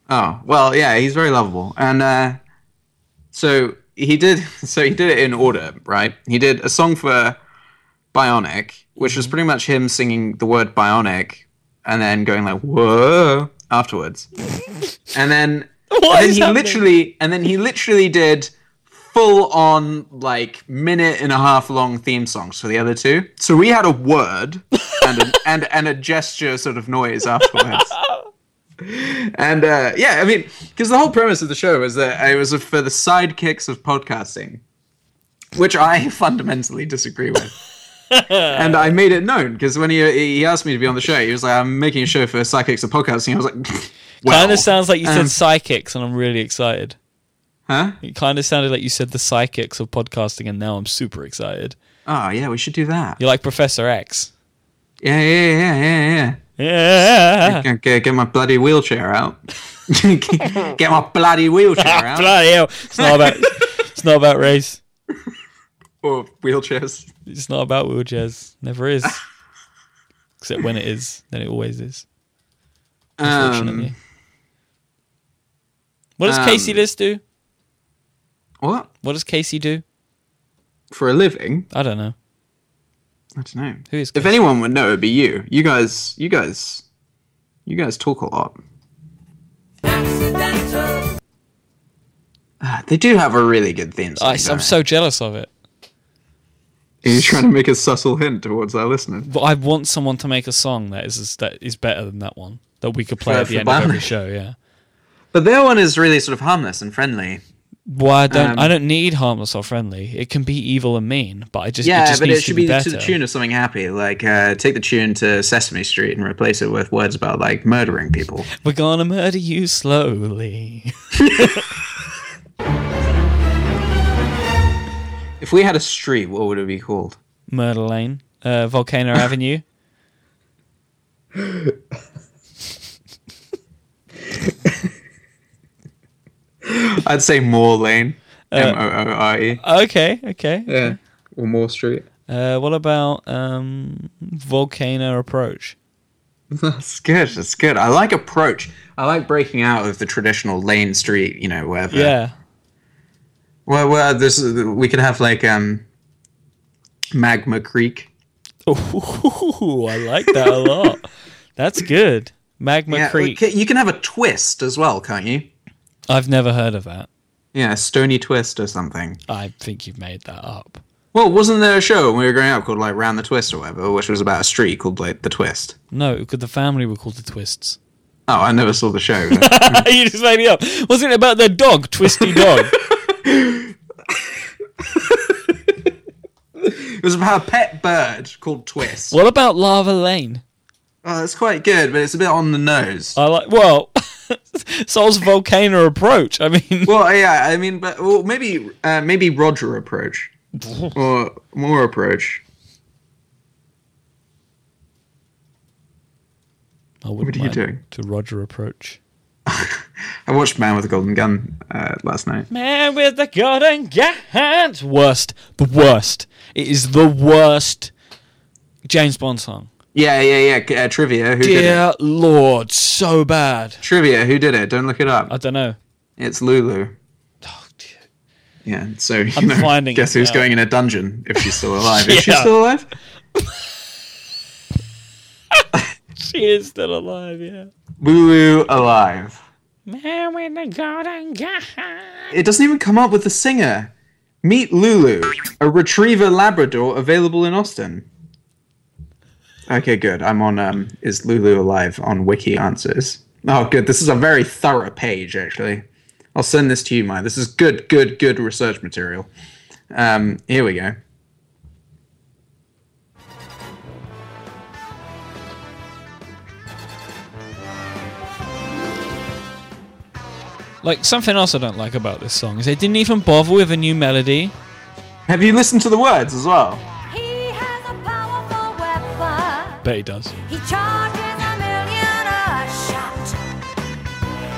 S2: Oh, well, yeah, he's very lovable, and uh, so he did. So he did it in order, right? He did a song for Bionic, which
S1: Mm-hmm.
S2: was pretty much him singing the word Bionic, and then going like "whoa" afterwards, and then
S1: What
S2: and then
S1: is
S2: he
S1: happening?
S2: literally and then he literally did full on like minute and a half long theme songs for the other two. So we had a word and a, and and a gesture sort of noise afterwards. And uh, yeah, I mean, because the whole premise of the show was that it was for the sidekicks of podcasting, which I fundamentally disagree with. and I made it known because when he he asked me to be on the show, he was like, "I'm making a show for sidekicks of podcasting." I was like, well,
S1: Kind of sounds like you said
S2: um,
S1: psychics, and I'm really excited.
S2: huh?
S1: It kind of sounded like you said the psychics of podcasting, and now I'm super excited.
S2: Oh yeah, we should do that.
S1: You're like Professor X.
S2: Yeah, yeah, yeah, yeah, yeah.
S1: Yeah.
S2: Gonna Get, get my bloody wheelchair out. get my bloody wheelchair out.
S1: Ah, Bloody hell. It's not about. it's not about race.
S2: Or wheelchairs.
S1: It's not about wheelchairs. Never is. Except when it is, then it always is. Unfortunately.
S2: Um,
S1: what does
S2: um,
S1: Casey List do?
S2: what
S1: What does Casey do?
S2: for a living?
S1: I don't know.
S2: I don't know.
S1: Who is
S2: If
S1: Casey?
S2: anyone would know, it'd be you. You guys, you guys, you guys talk a lot. Ah, They do have a really good theme song.
S1: I, I'm
S2: don't
S1: so jealous of it.
S2: they? Are you trying to make a subtle hint towards our listeners?
S1: But I want someone to make a song that is that is better than that one that we could play
S2: For-
S1: at the
S2: for
S1: end of every
S2: Bionic.
S1: show. Yeah.
S2: But their one is really sort of harmless and friendly.
S1: Well, I don't.
S2: Um,
S1: I don't need harmless or friendly. It can be evil and mean, but I just It
S2: Yeah,
S1: just
S2: but
S1: needs
S2: it should be, to the tune of something happy. Like uh, take the tune to Sesame Street and replace it with words about like murdering people.
S1: We're gonna murder you slowly.
S2: If we had a street, what would it be called?
S1: Murder Lane, uh, Volcano Avenue.
S2: I'd say Moore Lane. M O O R E.
S1: Okay, okay.
S2: Yeah. Or Moore Street.
S1: Uh, what about um, volcano approach?
S2: That's good. That's good. I like approach. I like breaking out of the traditional lane street, you know, wherever.
S1: Yeah.
S2: Well, well, this is, we could have like um, Magma Creek.
S1: Ooh, I like that a lot. That's good. Magma
S2: Yeah,
S1: Creek.
S2: okay, you can have a twist as well, can't you?
S1: I've never heard of that.
S2: Yeah, Stony Twist or something.
S1: I think you've made that up.
S2: Well, wasn't there a show when we were growing up called like Round the Twist or whatever, which was about a street called like The Twist?
S1: No, because the family were called the Twists.
S2: Oh, I never saw the show.
S1: you just made it up. Wasn't it about their dog, Twisty Dog?
S2: it was about a pet bird called Twist.
S1: what about Lava Lane?
S2: Oh, that's quite good, but it's a bit on the nose.
S1: I like. Well, Soul's volcano approach. I mean,
S2: Well, yeah, I mean, but well, maybe uh, maybe Roger approach or more approach.
S1: I wouldn't
S2: What are you
S1: mind
S2: doing?
S1: To Roger approach.
S2: I watched Man with a Golden Gun uh, last night.
S1: Man with the golden guns. Worst. The worst. It is the worst James Bond song.
S2: Yeah, yeah, yeah. c- Uh, trivia. Who did it?
S1: Dear Lord, so bad.
S2: Trivia. Who did it? Don't look it up.
S1: I don't know.
S2: It's Lulu.
S1: Oh, dear.
S2: Yeah. So you
S1: I'm
S2: know,
S1: finding
S2: guess
S1: it
S2: who's
S1: now.
S2: going in a dungeon if she's still alive? Is she
S1: Yeah.
S2: still alive?
S1: She is still alive, yeah.
S2: Lulu alive.
S1: Man with the golden guns.
S2: It doesn't even come up with the singer. Meet Lulu, a retriever Labrador available in Austin. Okay, good. I'm on um, Is Lulu Alive on Wiki Answers. Oh, good. This is a very thorough page, actually. I'll send this to you, Maya. This is good, good, good research material. Um, here we go.
S1: Like, something else I don't like about this song is they didn't even bother with a new melody.
S2: Have you listened to the words as well?
S4: He has a powerful weapon.
S1: Bet he does.
S4: He charges a million a shot.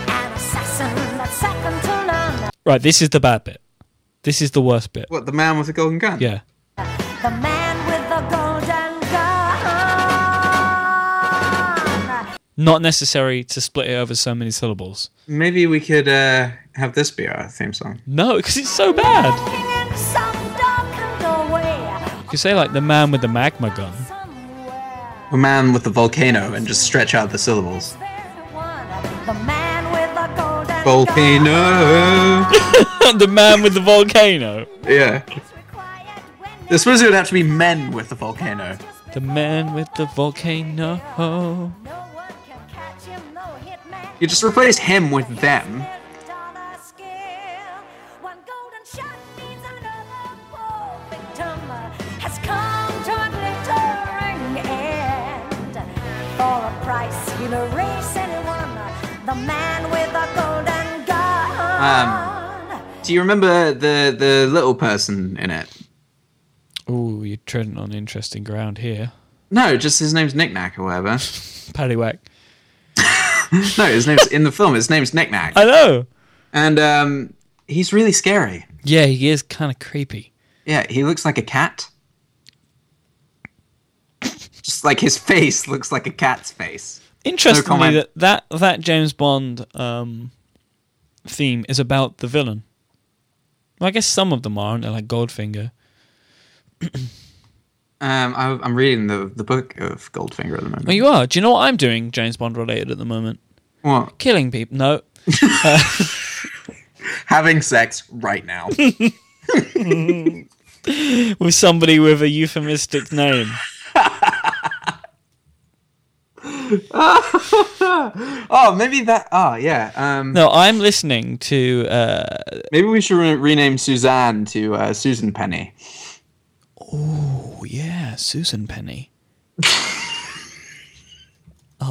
S4: An assassin that's second to none.
S1: Right, this is the bad bit. This is the worst bit.
S2: What, the man with the golden gun?
S1: Yeah.
S4: The man with the golden gun.
S1: Not necessary to split it over so many syllables.
S2: Maybe we could uh, have this be our theme song.
S1: No, because it's so bad.
S4: Walking in some darkened doorway.
S1: You could say, like, the man with the magma gun.
S4: Somewhere.
S2: A man with the volcano and just stretch out the syllables.
S4: There's one. The man with the golden gun.
S2: Volcano!
S1: the man with the volcano.
S2: Yeah.
S4: It's required when
S2: I suppose it would have to be men with the volcano.
S1: The man with the volcano.
S4: No one can catch him, no hitman.
S2: You just replace him with them.
S4: Dollar scale. One golden shot means another poor victim has come to a glittering end. For a price, he'll erase anyone. The man with the golden gun.
S2: Do you remember the the little person in it?
S1: Ooh, you're treading on interesting ground here.
S2: No, just his name's Knickknack or whatever.
S1: Paddywhack.
S2: No, his name's in the film. His name's Knickknack,
S1: I know.
S2: and um, he's really scary.
S1: Yeah, he is kind of creepy.
S2: Yeah, he looks like a cat. Just like his face looks like a cat's face.
S1: Interestingly,
S2: comment.
S1: that, that that James Bond um, theme is about the villain. Well, I guess some of them aren't, they? like Goldfinger.
S2: Um, I, I'm reading the the book of Goldfinger at the moment.
S1: Well, you are. Do you know what I'm doing, James Bond related at the moment?
S2: What?
S1: Killing people. No,
S2: Having sex right now.
S1: with somebody with a euphemistic name.
S2: oh, maybe that. Oh, yeah. Um,
S1: No, I'm listening to. Uh,
S2: Maybe we should re- rename Suzanne to uh, Susan Penny.
S1: oh yeah, Susan Penny. I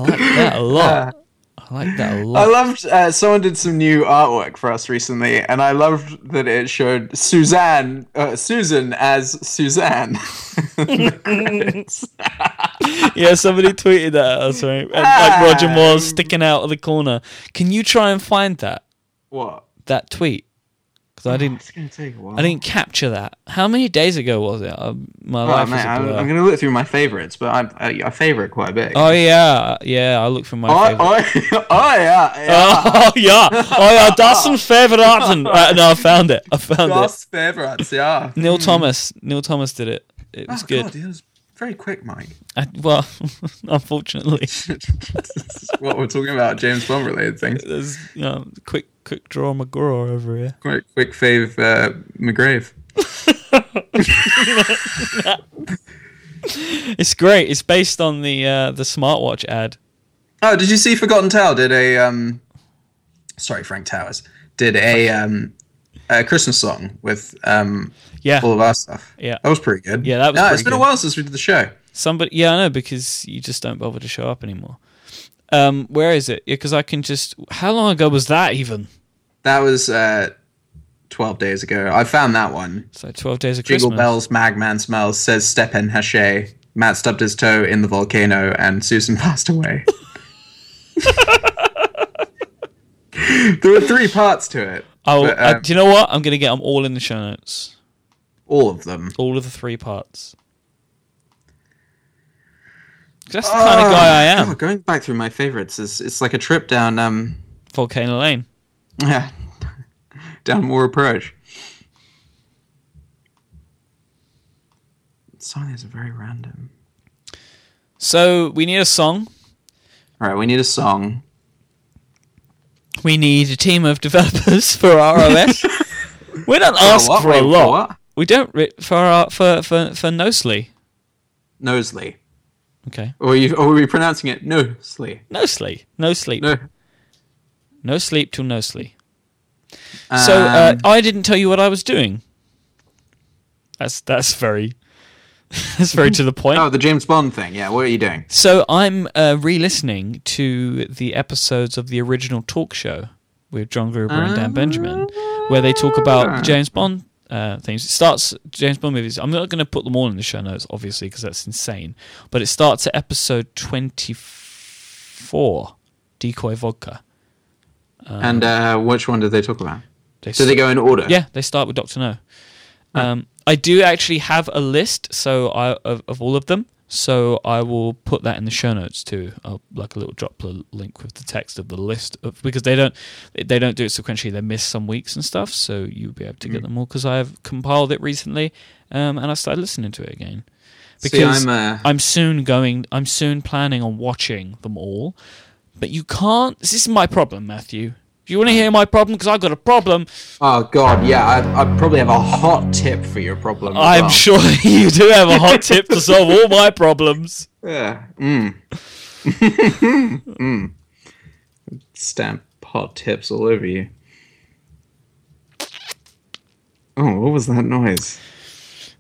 S1: like that a lot. I like that a
S2: I
S1: lot.
S2: loved. Uh, someone did some new artwork for us recently, and I loved that it showed Suzanne, uh, Susan as Suzanne.
S1: yeah, somebody tweeted that at us, right? And, like Roger Moore's sticking out of the corner. Can you try and find that?
S2: what?
S1: that tweet because I didn't
S2: It's going to take a while.
S1: I didn't capture that. How many days ago was it? Um, my
S2: Oh,
S1: life
S2: mate,
S1: is a
S2: I'm,
S1: blur.
S2: I'm going to look through my favorites, but I'm, uh, I, I favorite quite a bit.
S1: Oh yeah, yeah. I look for my.
S2: oh,
S1: favorite.
S2: oh, oh, yeah. yeah.
S1: Oh yeah, oh yeah. That's some favorite artisan. Right, no, I found it. I found it.
S2: Last favorites, yeah.
S1: Neil Thomas. Neil Thomas did it. It was
S2: oh,
S1: good.
S2: God, it was very quick, Mike.
S1: I, well, unfortunately,
S2: this is what we're talking about, James Bond related things.
S1: there's you know, quick quick draw McGraw over here.
S2: Quick, quick fave uh, McGrave.
S1: It's great. It's based on the uh, the smartwatch ad.
S2: Oh, did you see Forgotten Tale did a um sorry, Frank Towers did a um a Christmas song with um
S1: Yeah,
S2: all of our stuff.
S1: Yeah.
S2: That was pretty good.
S1: Yeah, that was
S2: No,
S1: pretty
S2: it's been
S1: good.
S2: a while since we did the show.
S1: somebody. Yeah, I know because you just don't bother to show up anymore. Um, where is it? Because I can just. How long ago was that even?
S2: That was uh 12 days ago. I found that one.
S1: It's like twelve days of
S2: Jingle
S1: Christmas.
S2: Bells, Magman Smells, says Stepan Hache. Matt stubbed his toe in the volcano and Susan passed away. there were three parts to it.
S1: Oh,
S2: But,
S1: uh,
S2: um,
S1: do you know what? I'm gonna get them all in the show notes.
S2: All of them.
S1: All of the three parts. 'Cause That's the kind of guy I am.
S2: Oh, going back through my favorites is it's like a trip down um
S1: Volcano Lane.
S2: yeah, down more approach. Song is very random.
S1: So we need a song.
S2: All right, we need a song.
S1: We need a team of developers for our OS. we don't ask
S2: what?
S1: for
S2: Wait,
S1: a
S2: for
S1: lot.
S2: what?
S1: we don't re- for our for for for Nosely.
S2: Nosley.
S1: Okay,
S2: Or you or are we pronouncing it Nosley?
S1: no sleep, no sleep, no,
S2: No.
S1: sleep till no sleep. so uh,
S2: Um,
S1: I didn't tell you what I was doing. That's that's very that's very to the point.
S2: Oh, the James Bond thing. Yeah, what are you doing?
S1: So I'm uh, re-listening to the episodes of the original talk show with John Gruber and Dan Benjamin, where they talk about the James Bond uh, things. It starts James Bond movies. I'm not going to put them all in the show notes, obviously, because that's insane. But it starts at episode 24, Decoy Vodka.
S2: and uh, which one did they talk about?
S1: They
S2: So they go in order.
S1: Yeah, they start with Doctor No. Um, I do actually have a list, so I of, of all of them. So I will put that in the show notes too, I'll, like a little droplet link with the text of the list of because they don't they don't do it sequentially. They miss some weeks and stuff, so you'll be able to
S2: Mm.
S1: get them all because I have compiled it recently, um, and I started listening to it again because
S2: I'm, uh,
S1: I'm soon going. I'm soon planning on watching them all, but you can't. This is my problem, Matthew. Do you want to hear my problem? Because I've got a problem.
S2: Oh God, yeah. I, I probably have a hot tip for your problem. as
S1: I'm
S2: well.
S1: sure you do have a hot tip to solve all my problems.
S2: Yeah. Mm. mm. Stamp hot tips all over you. Oh, what was that noise?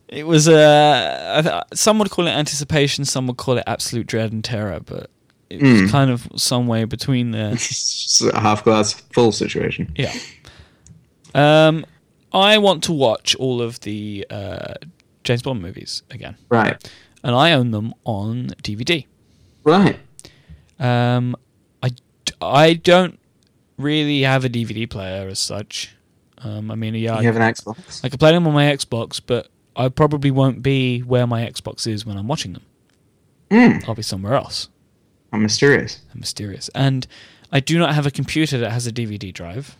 S1: It was uh, I th- some would call it anticipation, some would call it absolute dread and terror, but it was kind of some way between there.
S2: It's a half glass full situation.
S1: yeah. Um, I want to watch all of the uh, James Bond movies again,
S2: Right.
S1: and I own them on DVD.
S2: Right.
S1: Um, I, d- I don't really have a DVD player as such. Um, I mean, yeah, I
S2: You have an Xbox.
S1: I can play them on my Xbox, but I probably won't be where my Xbox is when I'm watching them. I'll be somewhere else.
S2: Mm. I'm mysterious.
S1: I'm mysterious. And I do not have a computer that has a DVD drive.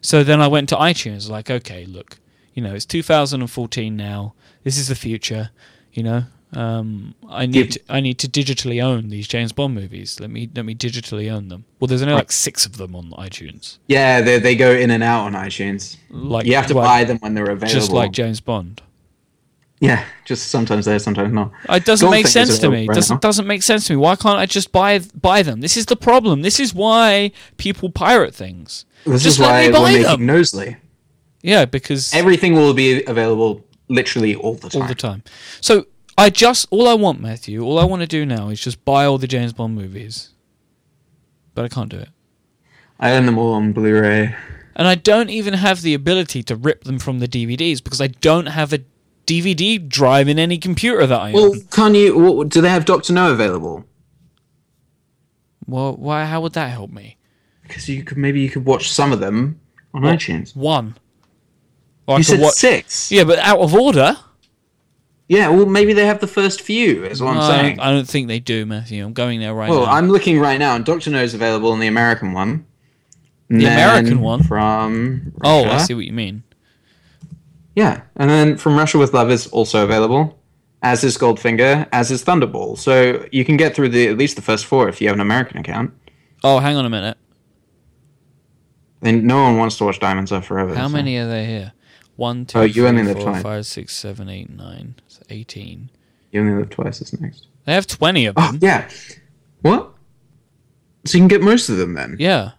S1: So then I went to iTunes, like, okay, look, you know, it's 2014 now. This is the future, you know. Um, I need to, I need to digitally own these James Bond movies. Let me let me digitally own them. Well, there's only like six of them on iTunes.
S2: Yeah, they they go in and out on iTunes.
S1: Like
S2: You have to
S1: like-
S2: buy them when they're available.
S1: just like James Bond.
S2: yeah, just sometimes there, sometimes not.
S1: It doesn't
S2: Don't
S1: make
S2: think it's
S1: sense to me.
S2: available right
S1: doesn't
S2: now.
S1: doesn't make sense to me. Why can't I just buy buy them? This is the problem. This is why people pirate things.
S2: This
S1: just
S2: is
S1: let
S2: why
S1: me buy
S2: we're
S1: them.
S2: making Nosley.
S1: yeah, because
S2: Everything will be available literally all the time.
S1: all the time. So I just all I want, Matthew. All I want to do now is just buy all the James Bond movies, but I can't do it.
S2: I own them all on Blu-ray.
S1: And I don't even have the ability to rip them from the DVDs because I don't have a DVD drive in any computer that I
S2: Well,
S1: own.
S2: can you? What, do they have Doctor No available?
S1: Well, why? How would that help me?
S2: Because you could maybe you could watch some of them on iTunes.
S1: One. Or I
S2: You
S1: could
S2: said
S1: watch-
S2: six.
S1: Yeah, but out of order.
S2: Yeah, well, maybe they have the first few, is what I'm
S1: I don't-
S2: saying.
S1: I don't think they do, Matthew. I'm going there right
S2: well,
S1: now.
S2: I'm looking right now, and Doctor No's available on the American one.
S1: The American one?
S2: from
S1: oh, I
S2: Russia.
S1: see what you mean.
S2: Yeah, and then From Russia with Love is also available, as is Goldfinger, as is Thunderball. So you can get through the at least the first four if you have an American account.
S1: Oh, hang on a minute.
S2: Then no one wants to watch Diamonds Are Forever.
S1: How
S2: so-
S1: many are there here? One, two,
S2: Oh, you
S1: three,
S2: only live
S1: four,
S2: twice.
S1: five, six, seven, eight, nine. It's 18.
S2: You only live twice is next.
S1: They have 20 of
S2: Oh
S1: them.
S2: yeah. What? So you can get most of them then.
S1: yeah.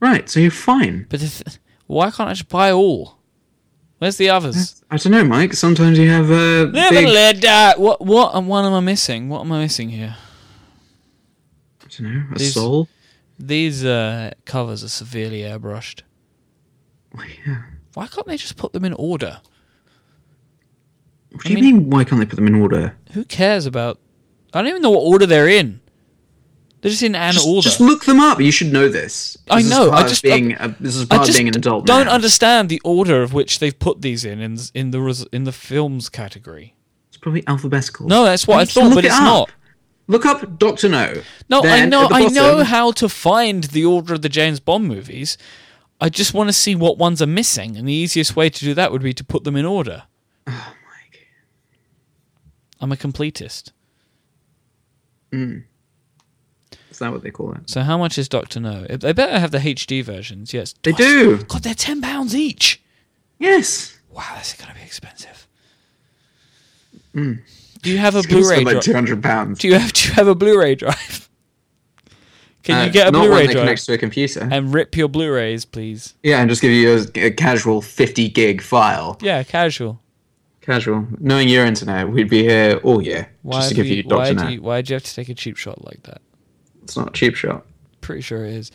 S2: Right. So you're fine.
S1: But the th- why can't I just buy all? Where's the others?
S2: I don't know, Mike. Sometimes you have uh,
S1: Never
S2: big.
S1: let that. What? What? And one am I missing? What am I missing here?
S2: I don't know. A
S1: These-
S2: soul.
S1: These uh, covers are severely airbrushed.
S2: Well, yeah.
S1: Why can't they just put them in order?
S2: What do you
S1: mean-
S2: mean? Why can't they put them in order?
S1: Who cares about? I don't even know what order they're in. They're just in an
S2: Just,
S1: order.
S2: just look them up. You should know this.
S1: I
S2: This is
S1: know, I
S2: part of
S1: just-
S2: being a, this is part
S1: I
S2: of
S1: just
S2: being an adult.
S1: don't
S2: man.
S1: understand the order of which they've put these in in in the res- in the films category.
S2: It's probably alphabetical.
S1: No, that's what
S2: You
S1: I
S2: should
S1: thought,
S2: look
S1: but
S2: it
S1: it's
S2: up.
S1: not.
S2: Look up Doctor No.
S1: No, I
S2: Then,
S1: know
S2: at the
S1: I know
S2: bottom-
S1: how to find the order of the James Bond movies. I just want to see what ones are missing, and the easiest way to do that would be to put them in order. I'm a completist.
S2: Is that what they call it?
S1: So how much is Doctor No? They better have the HD versions. Yes,
S2: They do.
S1: God, they're ten pounds each.
S2: Yes.
S1: Wow, that's gonna be expensive. Do you have a
S2: Hmm. It's gonna
S1: Blu-ray
S2: spend like
S1: drive?
S2: two hundred pounds.
S1: Do you have do you have a Blu-ray drive? Can
S2: Uh,
S1: you get a
S2: not
S1: Blu-ray
S2: one that
S1: drive
S2: connects to a computer.
S1: and rip your Blu-rays, please?
S2: yeah, and just give you a, a casual fifty gig file.
S1: Yeah, casual.
S2: Casual. Knowing your internet, we'd be here all year
S1: Why
S2: just to
S1: do
S2: give you,
S1: why
S2: Doctor
S1: do
S2: No.
S1: you, why do you have to take a cheap shot like that?
S2: It's not a cheap shot.
S1: Pretty sure it is.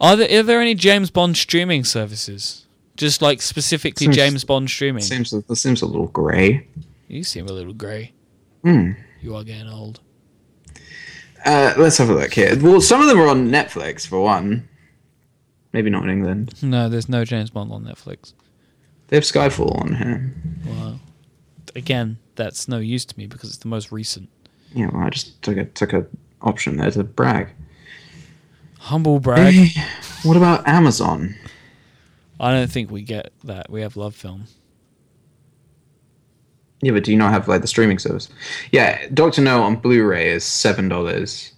S1: Are there are there any James Bond streaming services? Just like specifically
S2: Seems-
S1: James Bond streaming.
S2: Seems it seems a little grey.
S1: You seem a little grey.
S2: Hmm.
S1: You are getting old.
S2: Uh, let's have a look here. Well, some of them are on Netflix for one. Maybe not in England.
S1: No, there's no James Bond on Netflix.
S2: They have Skyfall on here.
S1: Wow. Again, that's no use to me because it's the most recent.
S2: Yeah, well, I just took a took a option there to brag.
S1: Humble
S2: Eh.
S1: brag.
S2: What about Amazon?
S1: I don't think we get that. We have love film.
S2: Yeah, but do you not have like the streaming service? Yeah, Doctor No on Blu-ray is seven dollars.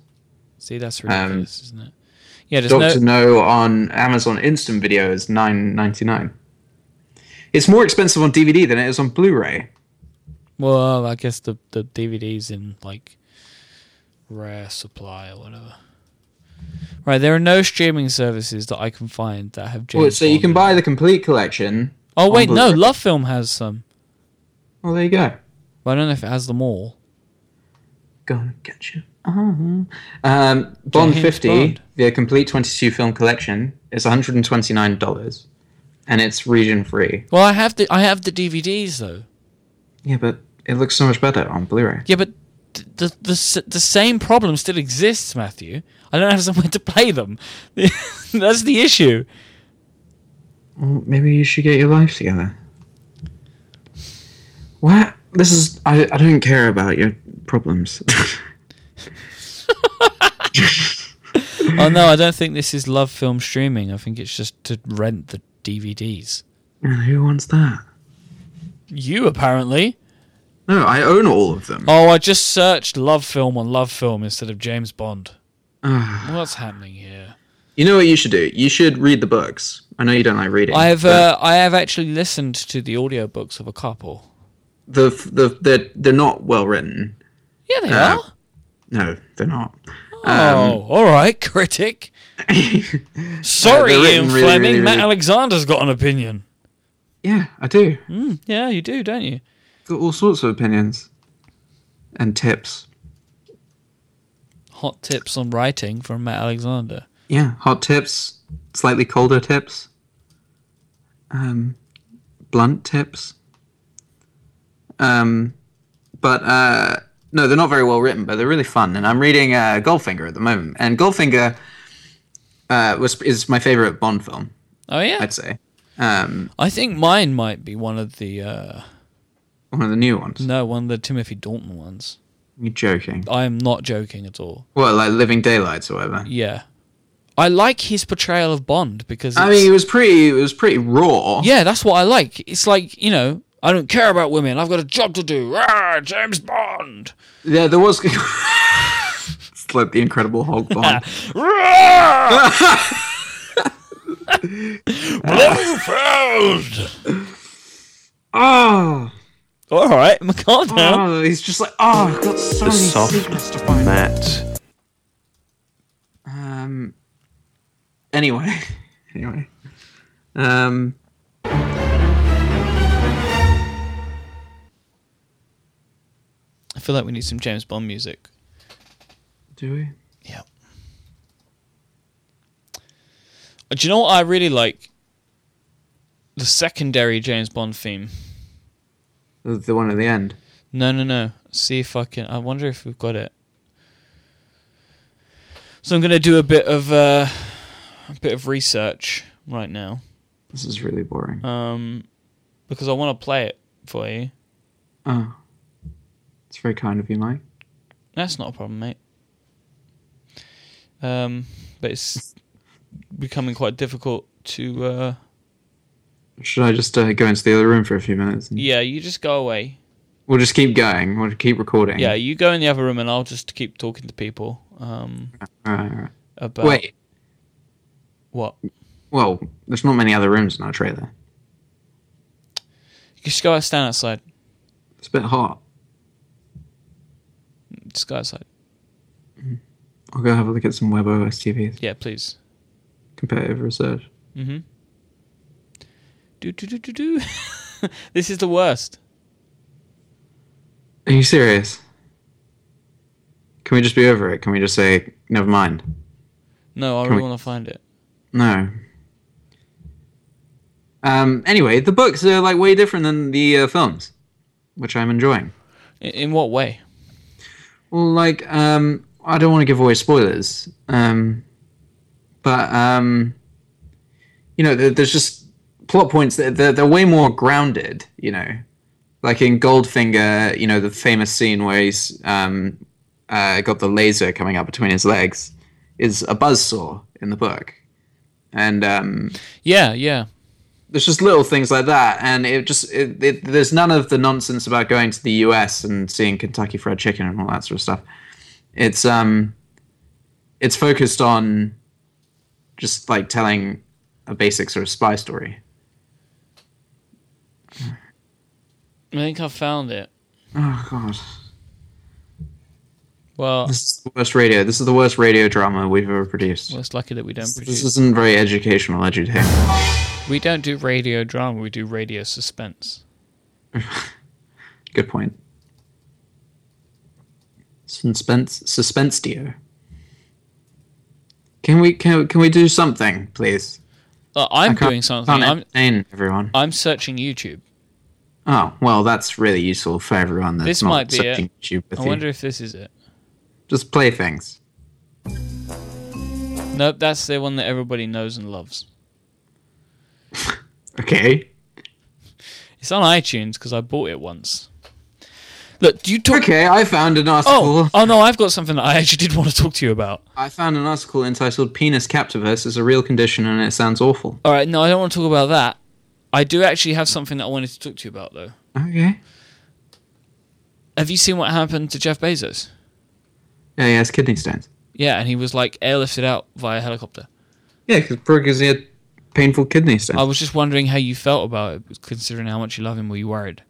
S1: See, that's
S2: Um,
S1: ridiculous, isn't it? Yeah, there's
S2: Doctor
S1: no.
S2: No on Amazon Instant Video is nine ninety nine. It's more expensive on DVD than it is on Blu-ray.
S1: Well, uh, I guess the the DVDs in like rare supply or whatever. Right, there are no streaming services that I can find that have James.
S2: Well, so you
S1: Bond
S2: can
S1: in-
S2: buy the complete collection.
S1: Oh wait,
S2: on
S1: no,
S2: Blu-ray.
S1: Love Film has some.
S2: Well, there you go.
S1: But I don't know if it has them all.
S2: Gonna get you. Uh-huh. Um, Bond
S1: James
S2: fifty,
S1: Bond.
S2: the complete twenty-two film collection is one hundred and twenty-nine dollars, and it's region-free.
S1: Well, I have the I have the DVDs though.
S2: Yeah, but it looks so much better on Blu-ray.
S1: Yeah, but th- the the s- the same problem still exists, Matthew. I don't have somewhere to play them. That's the issue.
S2: Well, maybe you should get your life together. What? This is. I, I don't care about your problems.
S1: Oh no, I don't think this is love film streaming. I think it's just to rent the DVDs.
S2: Who wants that?
S1: You apparently.
S2: No, I own all of them.
S1: Oh, I just searched love film on love film instead of James Bond.
S2: Ah.
S1: What's happening here?
S2: You know what you should do? You should read the books. I know you don't like reading.
S1: I have
S2: but
S1: uh, I have actually listened to the audiobooks of a couple.
S2: the the they're, they're not well written.
S1: Yeah, they
S2: Yeah. Um,
S1: are.
S2: No, they're not.
S1: Oh, all right, critic. Sorry,
S2: Uh, they're
S1: Ian
S2: written really,
S1: Fleming.
S2: really,
S1: Matt
S2: really-
S1: Alexander's got an opinion.
S2: Yeah, I do.
S1: Yeah, you do, don't you?
S2: Got all sorts of opinions and tips.
S1: Hot tips on writing from Matt Alexander.
S2: Yeah, hot tips, slightly colder tips, um, blunt tips. Um, but uh, no, they're not very well written, but they're really fun. And I'm reading uh, Goldfinger at the moment, and Goldfinger uh, was is my favorite Bond film,
S1: Oh yeah,
S2: I'd say. Um,
S1: I think mine might be one of the uh,
S2: one of the new ones.
S1: no, one of the Timothy Dalton ones.
S2: You're joking.
S1: I am not joking at all.
S2: Well, like Living Daylights or whatever.
S1: Yeah, I like his portrayal of Bond because
S2: I
S1: it's-
S2: mean, it was pretty. It was pretty raw.
S1: yeah, that's what I like. It's like you know, I don't care about women. I've got a job to do. Ah, James Bond.
S2: Yeah, there was. it's like the Incredible Hulk Bond.
S1: Rah! Blofeld.
S2: oh,
S1: All right, calm down.
S2: oh, he's just like oh, I've got so
S3: The
S2: many secrets to
S3: soft
S2: find. out.
S3: mat.
S2: Um. Anyway, anyway. Um.
S1: I feel like we need some James Bond music.
S2: Do we?
S1: Yeah. Do you know what I really like? The secondary James Bond theme.
S2: The, the one at the end.
S1: No, no, no. See if I can. I wonder if we've got it. So I'm gonna do a bit of uh, a bit of research right now
S2: This is really boring.
S1: um, because I want to play it for you.
S2: oh, it's very kind of you, Mike.
S1: That's not a problem, mate. Um, but it's becoming quite difficult to. Uh,
S2: Should I just uh, go into the other room for a few minutes? and-
S1: yeah, you just go away.
S2: We'll just keep going. We'll keep recording.
S1: Yeah, you go in the other room, and I'll just keep talking to people um,
S2: All right. All right.
S1: about
S2: Uh, Wait.
S1: what. You
S2: Well, there's not many other rooms in our trailer.
S1: just go out, stand outside.
S2: It's a bit hot.
S1: Just go outside.
S2: I'll go have a look at some WebOS TVs.
S1: Yeah, please. Mm-hmm.
S2: Competitive research.
S1: Do do do do do. this is the worst.
S2: Are you serious? Can we just be over it? Can we just say never mind?
S1: No, I
S2: Can
S1: really
S2: we-
S1: want to find it.
S2: No. Um. Anyway, the books are like way different than the uh, films, which I'm enjoying.
S1: In, in what way?
S2: Well, like, um, I don't want to give away spoilers, um, but um, you know, there, there's just plot points that they're, they're way more grounded. You know, like in Goldfinger, you know, the famous scene where he's um, uh, got the laser coming out between his legs is a buzzsaw in the book, and um,
S1: Yeah, yeah.
S2: there's just little things like that, and it just it, it, there's none of the nonsense about going to the U.S. and seeing Kentucky Fried Chicken and all that sort of stuff. It's um, it's focused on just like telling a basic sort of spy story.
S1: I think I found it.
S2: Oh god,
S1: Well,
S2: this is the worst radio. This is the worst radio drama we've ever produced.
S1: well, it's lucky that we don't
S2: This
S1: produce.
S2: isn't very educational, edutainment.
S1: We don't do radio drama. We do radio suspense.
S2: Good point. Suspense, suspense, dear. Can we can can we do something, please?
S1: Uh, I'm
S2: I can't-
S1: doing something.
S2: Can't
S1: I'm
S2: entertain everyone.
S1: I'm searching YouTube.
S2: Oh well, that's really useful for everyone. That's
S1: This
S2: not
S1: might be
S2: searching
S1: it.
S2: YouTube with
S1: I
S2: you.
S1: wonder if this is it.
S2: Just play things.
S1: Nope, that's the one that everybody knows and loves.
S2: Okay.
S1: It's on iTunes because I bought it once. Look, do you talk?
S2: Okay, I found an
S1: Oh,
S2: article.
S1: oh no, I've got something that I actually did want to talk to you about.
S2: I found an article entitled "Penis Captivus is a Real Condition and It Sounds Awful."
S1: All right, no, I don't want to talk about that. I do actually have something that I wanted to talk to you about, though.
S2: Okay.
S1: Have you seen what happened to Jeff Bezos?
S2: Yeah, yeah, it's kidney stones.
S1: Yeah, and he was like airlifted out via helicopter.
S2: Yeah, because because he had painful kidney stones.
S1: I was just wondering how you felt about it, considering how much you love him. Were you worried?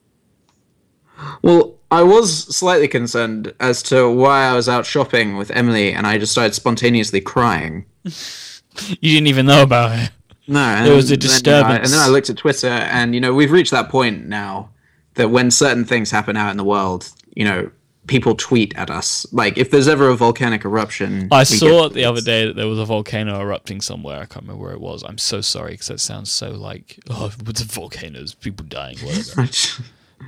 S2: Well, I was slightly concerned as to why I was out shopping with Emily and I just started spontaneously crying.
S1: You didn't even know about it.
S2: No, and
S1: There was a
S2: then, you know, I- and
S1: disturbance.
S2: then I looked at Twitter, and you know we've reached that point now that when certain things happen out in the world, you know people tweet at us. Like if there's ever a volcanic eruption,
S1: I
S2: we
S1: saw
S2: get
S1: it the
S2: tweets.
S1: other day that there was a volcano erupting somewhere. I can't remember where it was. I'm so sorry because that sounds so like oh, it's volcanoes, people dying, whatever.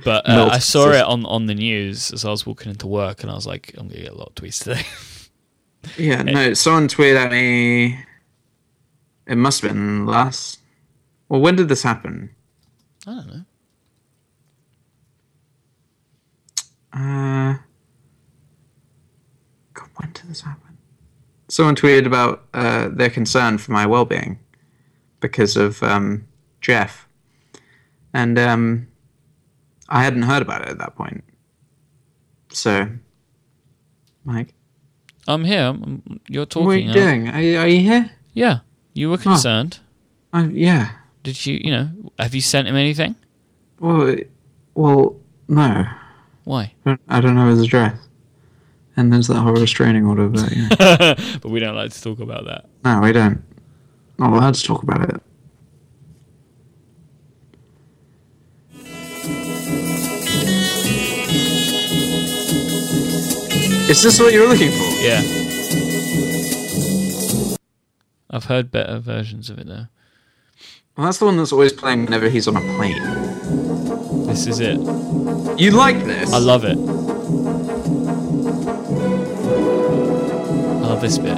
S1: But uh,
S2: Melt
S1: I saw
S2: system.
S1: it on, on the news as I was walking into work, and I was like, I'm gonna get a lot of tweets today.
S2: yeah, no, someone tweeted at me. It must have been last Well, when did this happen?
S1: I don't know.
S2: Uh, God, when did this happen? Someone tweeted about uh, their concern for my well-being because of um, Jeff, and um, I hadn't heard about it at that point. So, Mike,
S1: I'm here. I'm, I'm- you're talking.
S2: what are you
S1: now.
S2: doing? Are, you- are you here?
S1: Yeah. You were concerned.
S2: Uh, yeah.
S1: Did you, you know, have you sent him anything?
S2: Well, it- well, no.
S1: Why?
S2: I don't know his address. And there's that whole restraining order. But, yeah.
S1: but we don't like to talk about that.
S2: no, we don't. Not allowed to talk about it. Is this what you were looking for?
S1: Yeah. I've heard better versions of it though.
S2: Well, that's the one that's always playing whenever he's on a plane.
S1: This is it.
S2: You like this?
S1: I love it. I love this bit.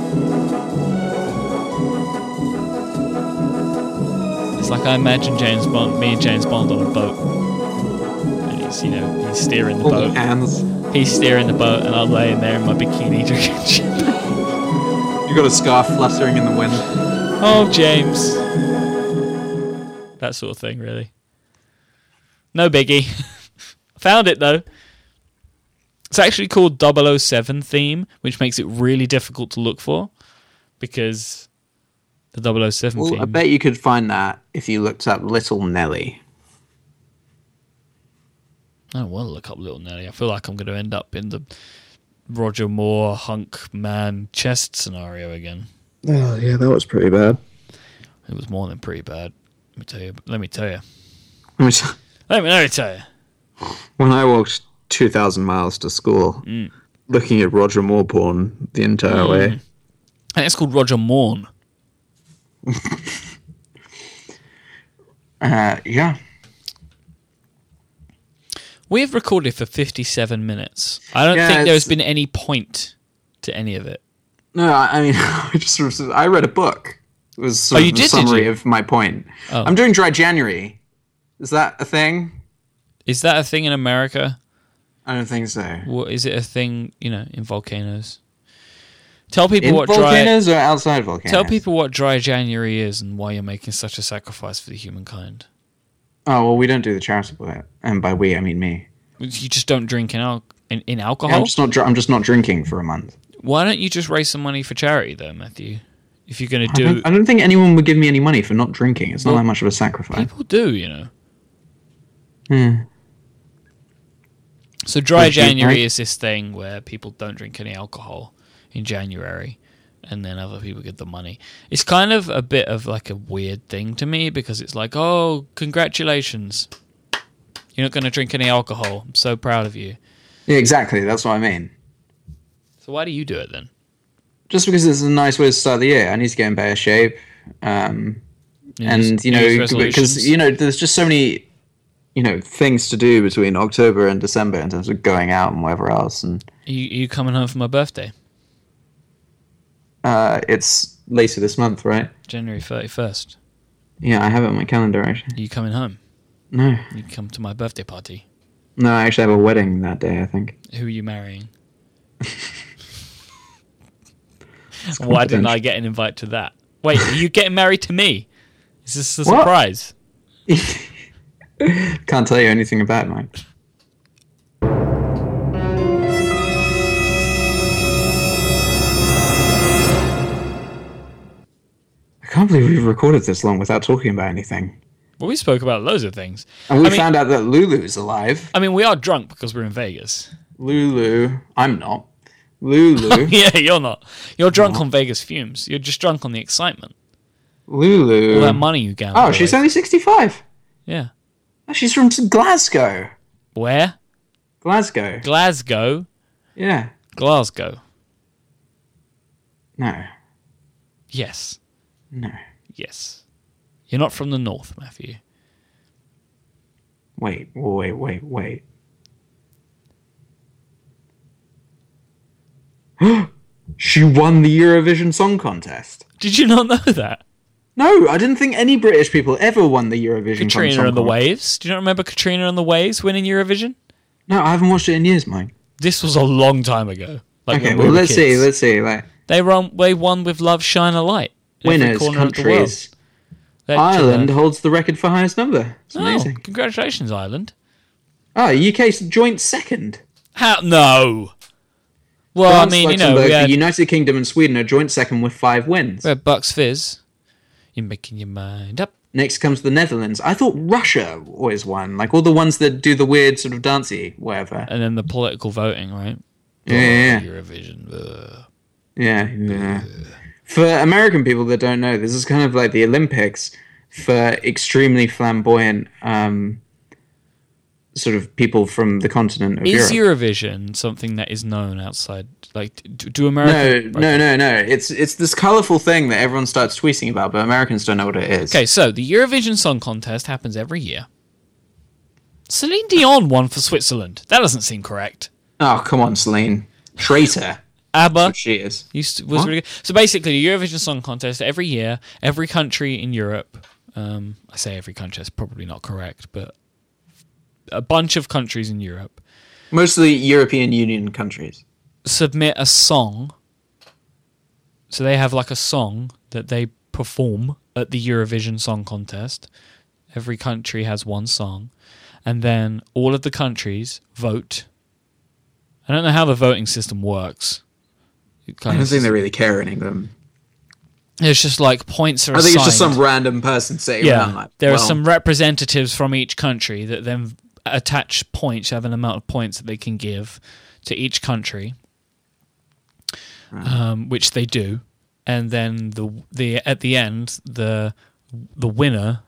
S1: It's like I imagine James Bond, me and James Bond on a boat. And he's, you know, he's steering the
S2: all the
S1: boat.
S2: hands.
S1: He's steering the boat, and I'm laying there in my bikini drinking gin.
S2: You got a scarf fluttering in the wind.
S1: Oh, James. That sort of thing, really. No biggie. Found it, though. It's actually called 007 theme, which makes it really difficult to look for because the 007
S2: Well,
S1: theme.
S2: I bet you could find that if you looked up Little Nelly.
S1: I don't want to oh, look up Little Nelly. I feel like I'm going to end up in the Roger Moore hunk man chest scenario again.
S2: Oh, yeah, that was pretty bad.
S1: It was more than pretty bad. Let me tell you. Let me tell you.
S2: When
S1: Let me, let me tell you.
S2: I walked 2,000 miles to school,
S1: Mm.
S2: looking at Roger Moore porn the entire way.
S1: And it's called Roger Morn.
S2: Uh, yeah.
S1: We have recorded for 57 minutes. I don't
S2: Yeah,
S1: think
S2: it's-
S1: there's been any point to any of it.
S2: No, I, I mean, I just sort of, I read a book. It was sort
S1: Oh,
S2: of
S1: you
S2: a
S1: did, did
S2: summary
S1: you?
S2: of my point.
S1: Oh.
S2: I'm doing Dry January. Is that a thing?
S1: Is that a thing in America?
S2: I don't think so.
S1: What is it a thing, you know, in volcanoes? Tell people
S2: In
S1: what dry
S2: volcanoes or outside volcanoes?
S1: Tell people what dry January is and why you're making such a sacrifice for the humankind.
S2: Oh, well, we don't do the charitable bit. And by we, I mean me.
S1: You just don't drink in al- in, in
S2: Yeah,
S1: alcohol?
S2: I'm just not. Dr- I'm just not drinking for a month.
S1: Why don't you just raise some money for charity though, Matthew? If you're going to
S2: I
S1: do
S2: don't, I don't think anyone would give me any money for not drinking. It's not
S1: Well,
S2: that much of a sacrifice. Hmm.
S1: People do, you know.
S2: Yeah.
S1: So dry
S2: Would you
S1: January
S2: drink?
S1: is this thing where people don't drink any alcohol in January and then other people get the money. It's kind of a bit of like a weird thing to me because it's like, "Oh, congratulations. You're not going to drink any alcohol. I'm so proud of you."
S2: Yeah, exactly. That's what I mean.
S1: So why do you do it then?
S2: Just because it's a nice way to start the year, I need to get in better shape. Um, and you
S1: New Year's
S2: know, because
S1: resolutions?
S2: you know, there's just so many, you know, things to do between October and December in terms of going out and whatever else. And
S1: Are you, are you coming home for my birthday,
S2: uh, it's later this month, right?
S1: January 31st.
S2: Yeah, I have it on my calendar actually.
S1: Are you coming home?
S2: No,
S1: You come to my birthday party.
S2: no, I actually have a wedding that day. I think.
S1: Who are you marrying? Why didn't I get an invite to that? Wait, are you getting married to me? Is this a
S2: What?
S1: surprise?
S2: Can't tell you anything about it, Mike. I can't believe we've recorded this long without talking about anything.
S1: Well, we spoke about loads of things.
S2: And we
S1: I mean-
S2: found out that Lulu's alive.
S1: I mean, we are drunk because we're in Vegas.
S2: Lulu. I'm not. Lulu.
S1: yeah, you're not. You're drunk on Vegas fumes. You're just drunk on the excitement. All that
S2: Lulu.
S1: money you gambled.
S2: Oh, she's
S1: away.
S2: only 65.
S1: yeah.
S2: Oh, She's from Glasgow.
S1: Where?
S2: Glasgow.
S1: Glasgow.
S2: Yeah.
S1: Glasgow.
S2: No.
S1: Yes.
S2: No.
S1: Yes. You're not from the north, Matthew.
S2: Wait, wait, wait, wait. she won the Eurovision Song Contest.
S1: Did you not know that?
S2: No, I didn't think any British people ever won the Eurovision. from
S1: Katrina
S2: Song
S1: and the
S2: Contest.
S1: Waves. Do you not remember Katrina and the Waves winning Eurovision?
S2: No, I haven't watched it in years, Mike.
S1: This was a long time ago. Like
S2: Okay,
S1: when we
S2: well
S1: were
S2: let's see,
S1: kids.
S2: let's see. Like
S1: They won. They won with "Love Shine a Light." in every
S2: winners,
S1: corner of the world.
S2: countries.
S1: They-
S2: Ireland holds the record for highest number. It's
S1: Oh,
S2: amazing.
S1: congratulations, Ireland.
S2: Ah, UK's joint second.
S1: How? No. Well,
S2: France,
S1: I mean, you know,
S2: Luxembourg,
S1: we had,
S2: the United Kingdom and Sweden are joint second with five wins.
S1: we had Bucks Fizz. You're making your mind up.
S2: Next comes the Netherlands. I thought Russia always won, like all the ones that do the weird sort of dancey whatever.
S1: And then the political voting, right?
S2: Oh, Yeah, yeah,
S1: Eurovision. uh, ugh.
S2: yeah. yeah. For American people that don't know, this is kind of like the Olympics for extremely flamboyant um, sort of people from the continent of
S1: Is
S2: Europe.
S1: Eurovision something that is known outside? Like, do, do
S2: No,
S1: American?
S2: no, no, no. It's it's this colourful thing that everyone starts tweeting about, but Americans don't know what it is.
S1: Okay, so the Eurovision Song Contest happens every year. Celine Dion won for Switzerland. That doesn't seem correct.
S2: Oh come on, Celine, traitor.
S1: ABBA
S2: she is.
S1: used to, was
S2: What?
S1: really good. So basically, the Eurovision Song Contest every year, every country in Europe. Um, I say every country. That's probably not correct, but a bunch of countries in Europe
S2: Mostly European Union countries.
S1: submit a song. So they have like a song that they perform at the Eurovision Song Contest. Every country has one song. And then all of the countries vote. I don't know how the voting system works. It
S2: I
S1: kind
S2: don't
S1: of,
S2: think they really care in England.
S1: it's just like points are
S2: I think it's just
S1: assigned.
S2: some random person sitting around
S1: Yeah,
S2: like
S1: there
S2: well,
S1: are some representatives from each country that then attach points, have an amount of points that they can give to each country, um, which they do, and then the the at the end the the winner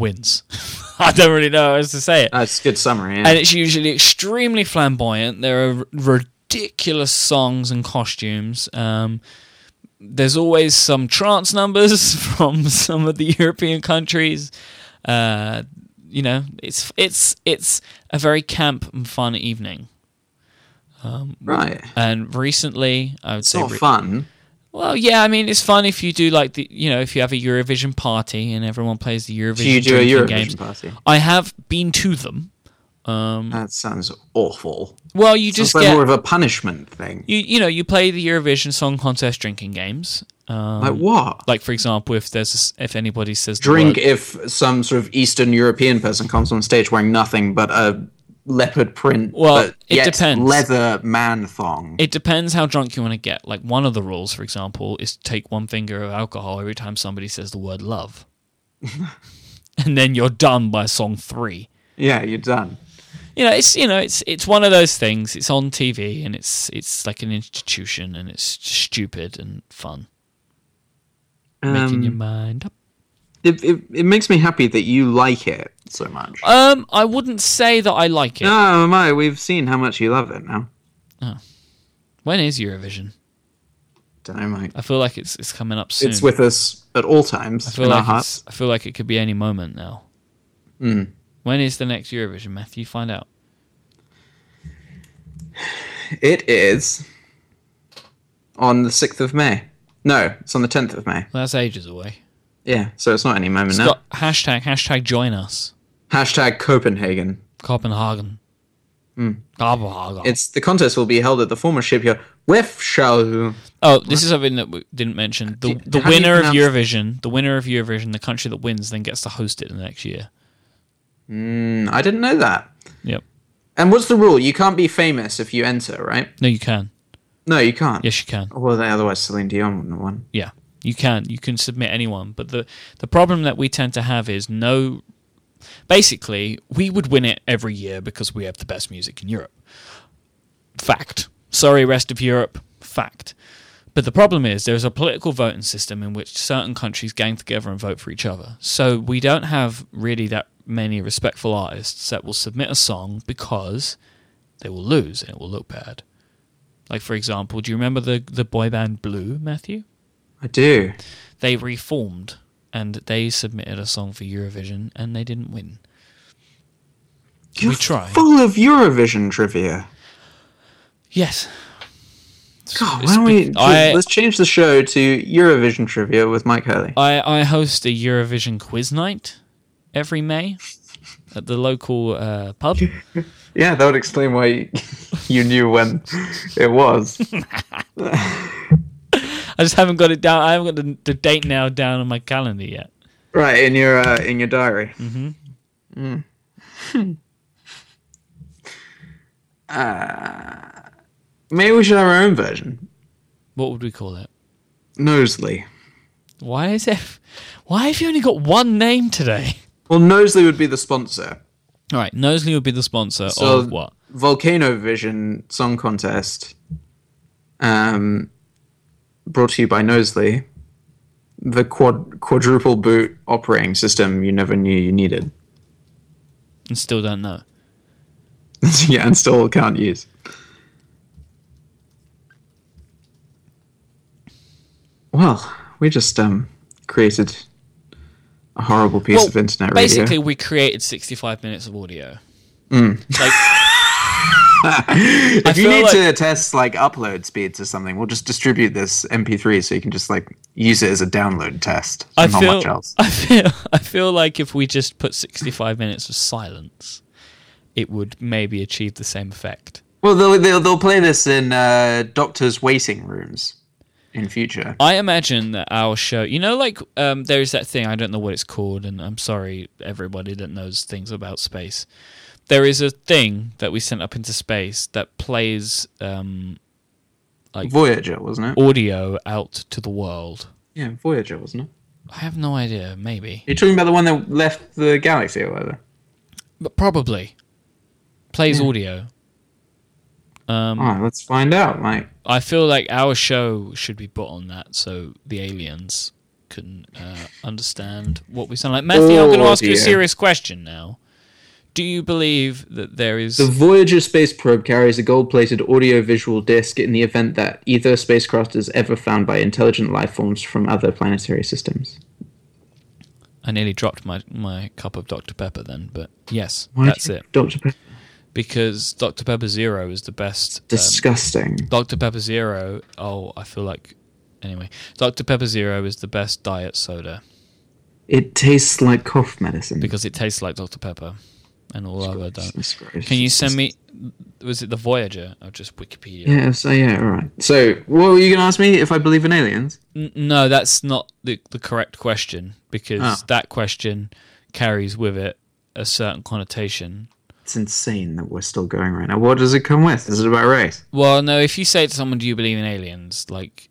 S1: wins. I don't really know how else to say it,
S2: That's a good summary. Yeah.
S1: and it's usually extremely flamboyant. There are ridiculous songs and costumes. Um, there's always some trance numbers from some of the European countries. Uh, you know, it's it's it's a very camp and fun evening.
S2: right.
S1: And recently, I would
S2: It's
S1: say,
S2: not
S1: re-
S2: fun.
S1: well, yeah, I mean, it's fun if you do like the, you know, if you have a Eurovision party and everyone plays the Eurovision.
S2: Do you do a
S1: drinking
S2: Eurovision
S1: games.
S2: party?
S1: I have been to them.
S2: That sounds awful.
S1: Well, you
S2: It's
S1: just
S2: like
S1: get
S2: more of a punishment thing.
S1: you you know you play the Eurovision Song Contest drinking games. Um,
S2: like what?
S1: like for example, if there's a s if anybody says the
S2: Drink
S1: word-
S2: if some sort of Eastern European person comes on stage wearing nothing but a leopard print,
S1: Well,
S2: but
S1: it
S2: yet
S1: depends.
S2: leather man thong.
S1: it depends how drunk you want to get. Like one of the rules, for example, is to take one finger of alcohol every time somebody says the word love, and then you're done by song three.
S2: yeah, you're done.
S1: You know, it's you know it's it's one of those things. It's on TV and it's it's like an institution and it's stupid and fun. Making your mind up.
S2: Um, It, it, it makes me happy that you like it so much.
S1: Um, I wouldn't say that I like it.
S2: Oh my, we've seen how much you love it now.
S1: When is Eurovision?
S2: Don't know, Mike.
S1: I feel like it's it's coming up soon.
S2: It's with us at all times
S1: I feel
S2: in our
S1: like
S2: hearts.
S1: it's, I feel like it could be any moment now.
S2: Mm.
S1: When is the next Eurovision, Matthew? Find out.
S2: It is on the sixth of May. No, it's on the tenth of May.
S1: Well, that's ages away.
S2: Yeah, so it's not any moment now.
S1: Scott, hashtag hashtag join us
S2: Hashtag Copenhagen.
S1: Copenhagen.
S2: Mm.
S1: Copenhagen.
S2: It's the contest will be held at the former shipyard Wefshau.
S1: oh, this is something that we didn't mention. The
S2: Do-
S1: the
S2: how do you
S1: winner of
S2: pronounce-
S1: Eurovision, the winner of Eurovision, the country that wins then gets to host it the next year.
S2: Mm, I didn't know that.
S1: Yep.
S2: And what's the rule? You can't be famous if you enter, right?
S1: No, you can.
S2: No, you can't.
S1: Yes, you can.
S2: Well, then otherwise Celine Dion wouldn't have won.
S1: Yeah, you can. You can submit anyone. But the the problem that we tend to have is no. Basically, we would win it every year because we have the best music in Europe. Fact. Sorry, rest of Europe. Fact. But the problem is there is a political voting system in which certain countries gang together and vote for each other. So we don't have really that many respectful artists that will submit a song because they will lose and it will look bad. Like for example, do you remember the the boy band Blue, Matthew?
S2: I do.
S1: they reformed and they submitted a song for Eurovision and they didn't win.
S2: You're
S1: try.
S2: Full of Eurovision trivia.
S1: Yes.
S2: God,
S1: it's
S2: Oh, why don't
S1: be-
S2: we
S1: I-
S2: let's change the show to Eurovision trivia with Mike Hurley?
S1: I, I host a Eurovision quiz night every May at the local uh, pub.
S2: Yeah, that would explain why you, you knew when it was.
S1: I just haven't got it down. I haven't got the, the date now down on my calendar yet.
S2: Right in your uh, in your diary. Hmm. Mm-hmm. uh, maybe we should have our own version.
S1: What would we call it?
S2: Nosley.
S1: Why is it? Why have you only got one name today?
S2: Well, Nosley would be the sponsor.
S1: All right, Nosley would be the sponsor
S2: So
S1: of what?
S2: Volcano Vision Song Contest. Um, brought to you by Nosley, the quad- quadruple boot operating system you never knew you needed.
S1: And still don't know.
S2: yeah, and still can't use. Well, we just um created a horrible piece of internet radio.
S1: basically, we created 65 minutes of audio. Like,
S2: if you
S1: feel
S2: need
S1: like-
S2: to test like upload speeds or something, we'll just distribute this MP3 so you can just like use it as a download test.
S1: I
S2: not
S1: feel,
S2: much else.
S1: I feel, I feel like if we just put 65 minutes of silence, it would maybe achieve the same effect.
S2: Well, they'll they'll, they'll play this in uh, doctors' waiting rooms in future.
S1: I imagine that our show, you know, like um, there is that thing. I don't know what it's called, and I'm sorry, everybody that knows things about space. There is a thing that we sent up into space that plays um,
S2: Voyager, wasn't it?
S1: audio out to the world.
S2: Yeah, Voyager, wasn't it?
S1: I have no idea. Maybe,
S2: You're talking about the one that left the galaxy or whatever.
S1: but probably plays audio.
S2: Oh, let's find out, Mike.
S1: I feel like our show should be put on that so the aliens can uh, understand what we sound like. Matthew, I'm going to
S2: Oh,
S1: ask you a
S2: dear.
S1: serious question now. Do you believe that there is?
S2: The Voyager space probe carries a gold-plated audio-visual disc in the event that either spacecraft is ever found by intelligent life forms from other planetary systems.
S1: I nearly dropped my, my cup of Dr Pepper then, but yes,
S2: Why do
S1: that's
S2: you-
S1: it.
S2: Dr. Pepper.
S1: Because Dr Pepper Zero is the best. um,
S2: Disgusting.
S1: Dr Pepper Zero. Oh, I feel like anyway, Dr Pepper Zero is the best diet soda
S2: It tastes like cough medicine.
S1: because it tastes like Dr Pepper, and all other don't.
S2: Jesus Christ.
S1: Can you send me? Was it the Voyager? Or just Wikipedia?
S2: Yeah, so yeah, all right. So, what were you going to ask me if I believe in aliens?
S1: N- no, that's not the the correct question because
S2: Ah.
S1: that question carries with it a certain connotation.
S2: It's insane that we're still going right now. What does it come with? Is it about race?
S1: Well, no, if you say to someone, "Do you believe in aliens?" like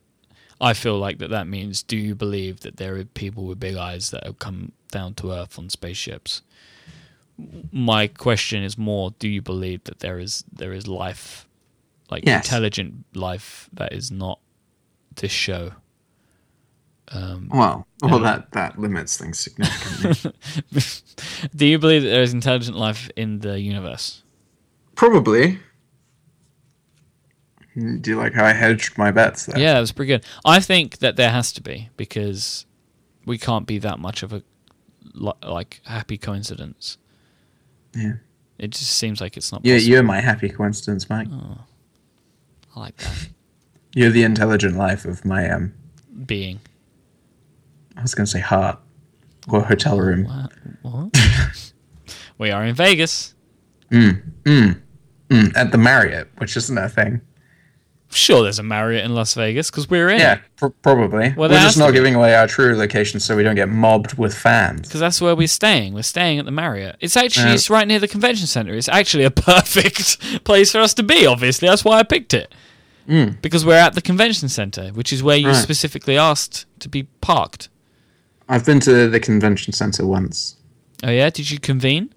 S1: I feel like that that means, "Do you believe that there are people with big eyes that have come down to Earth on spaceships?" My question is more, "Do you believe that there is there is life, like
S2: Yes.
S1: intelligent life that is not this show?"
S2: Well,
S1: Um,
S2: well, that that limits things significantly.
S1: Do you believe that there is intelligent life in the universe?
S2: Probably. Do you like how I hedged my bets there?
S1: Yeah, it was pretty good. I think that there has to be because we can't be that much of a li- like happy coincidence.
S2: Yeah.
S1: It just seems like it's not.
S2: You're,
S1: possible.
S2: you're my happy coincidence, Mike.
S1: Oh. I like that
S2: You're the intelligent life of my um.
S1: being.
S2: I was going to say heart or hotel room.
S1: What? What? we are in Vegas.
S2: Mm, at the Marriott, which isn't a thing.
S1: Sure, there's a Marriott in Las Vegas because we're in.
S2: Yeah, pr- probably.
S1: Well,
S2: We're
S1: there has
S2: just
S1: to
S2: not
S1: be.
S2: giving away our true location so we don't get mobbed with fans.
S1: Because that's where we're staying. We're staying at the Marriott. It's actually
S2: Yeah.
S1: it's right near the convention center. It's actually a perfect place for us to be. Obviously, that's why I picked it. Because we're at the convention center, which is where you
S2: Mm. Right.
S1: specifically asked to be parked.
S2: I've been to the convention center once. Mm.
S1: Oh yeah, did you convene?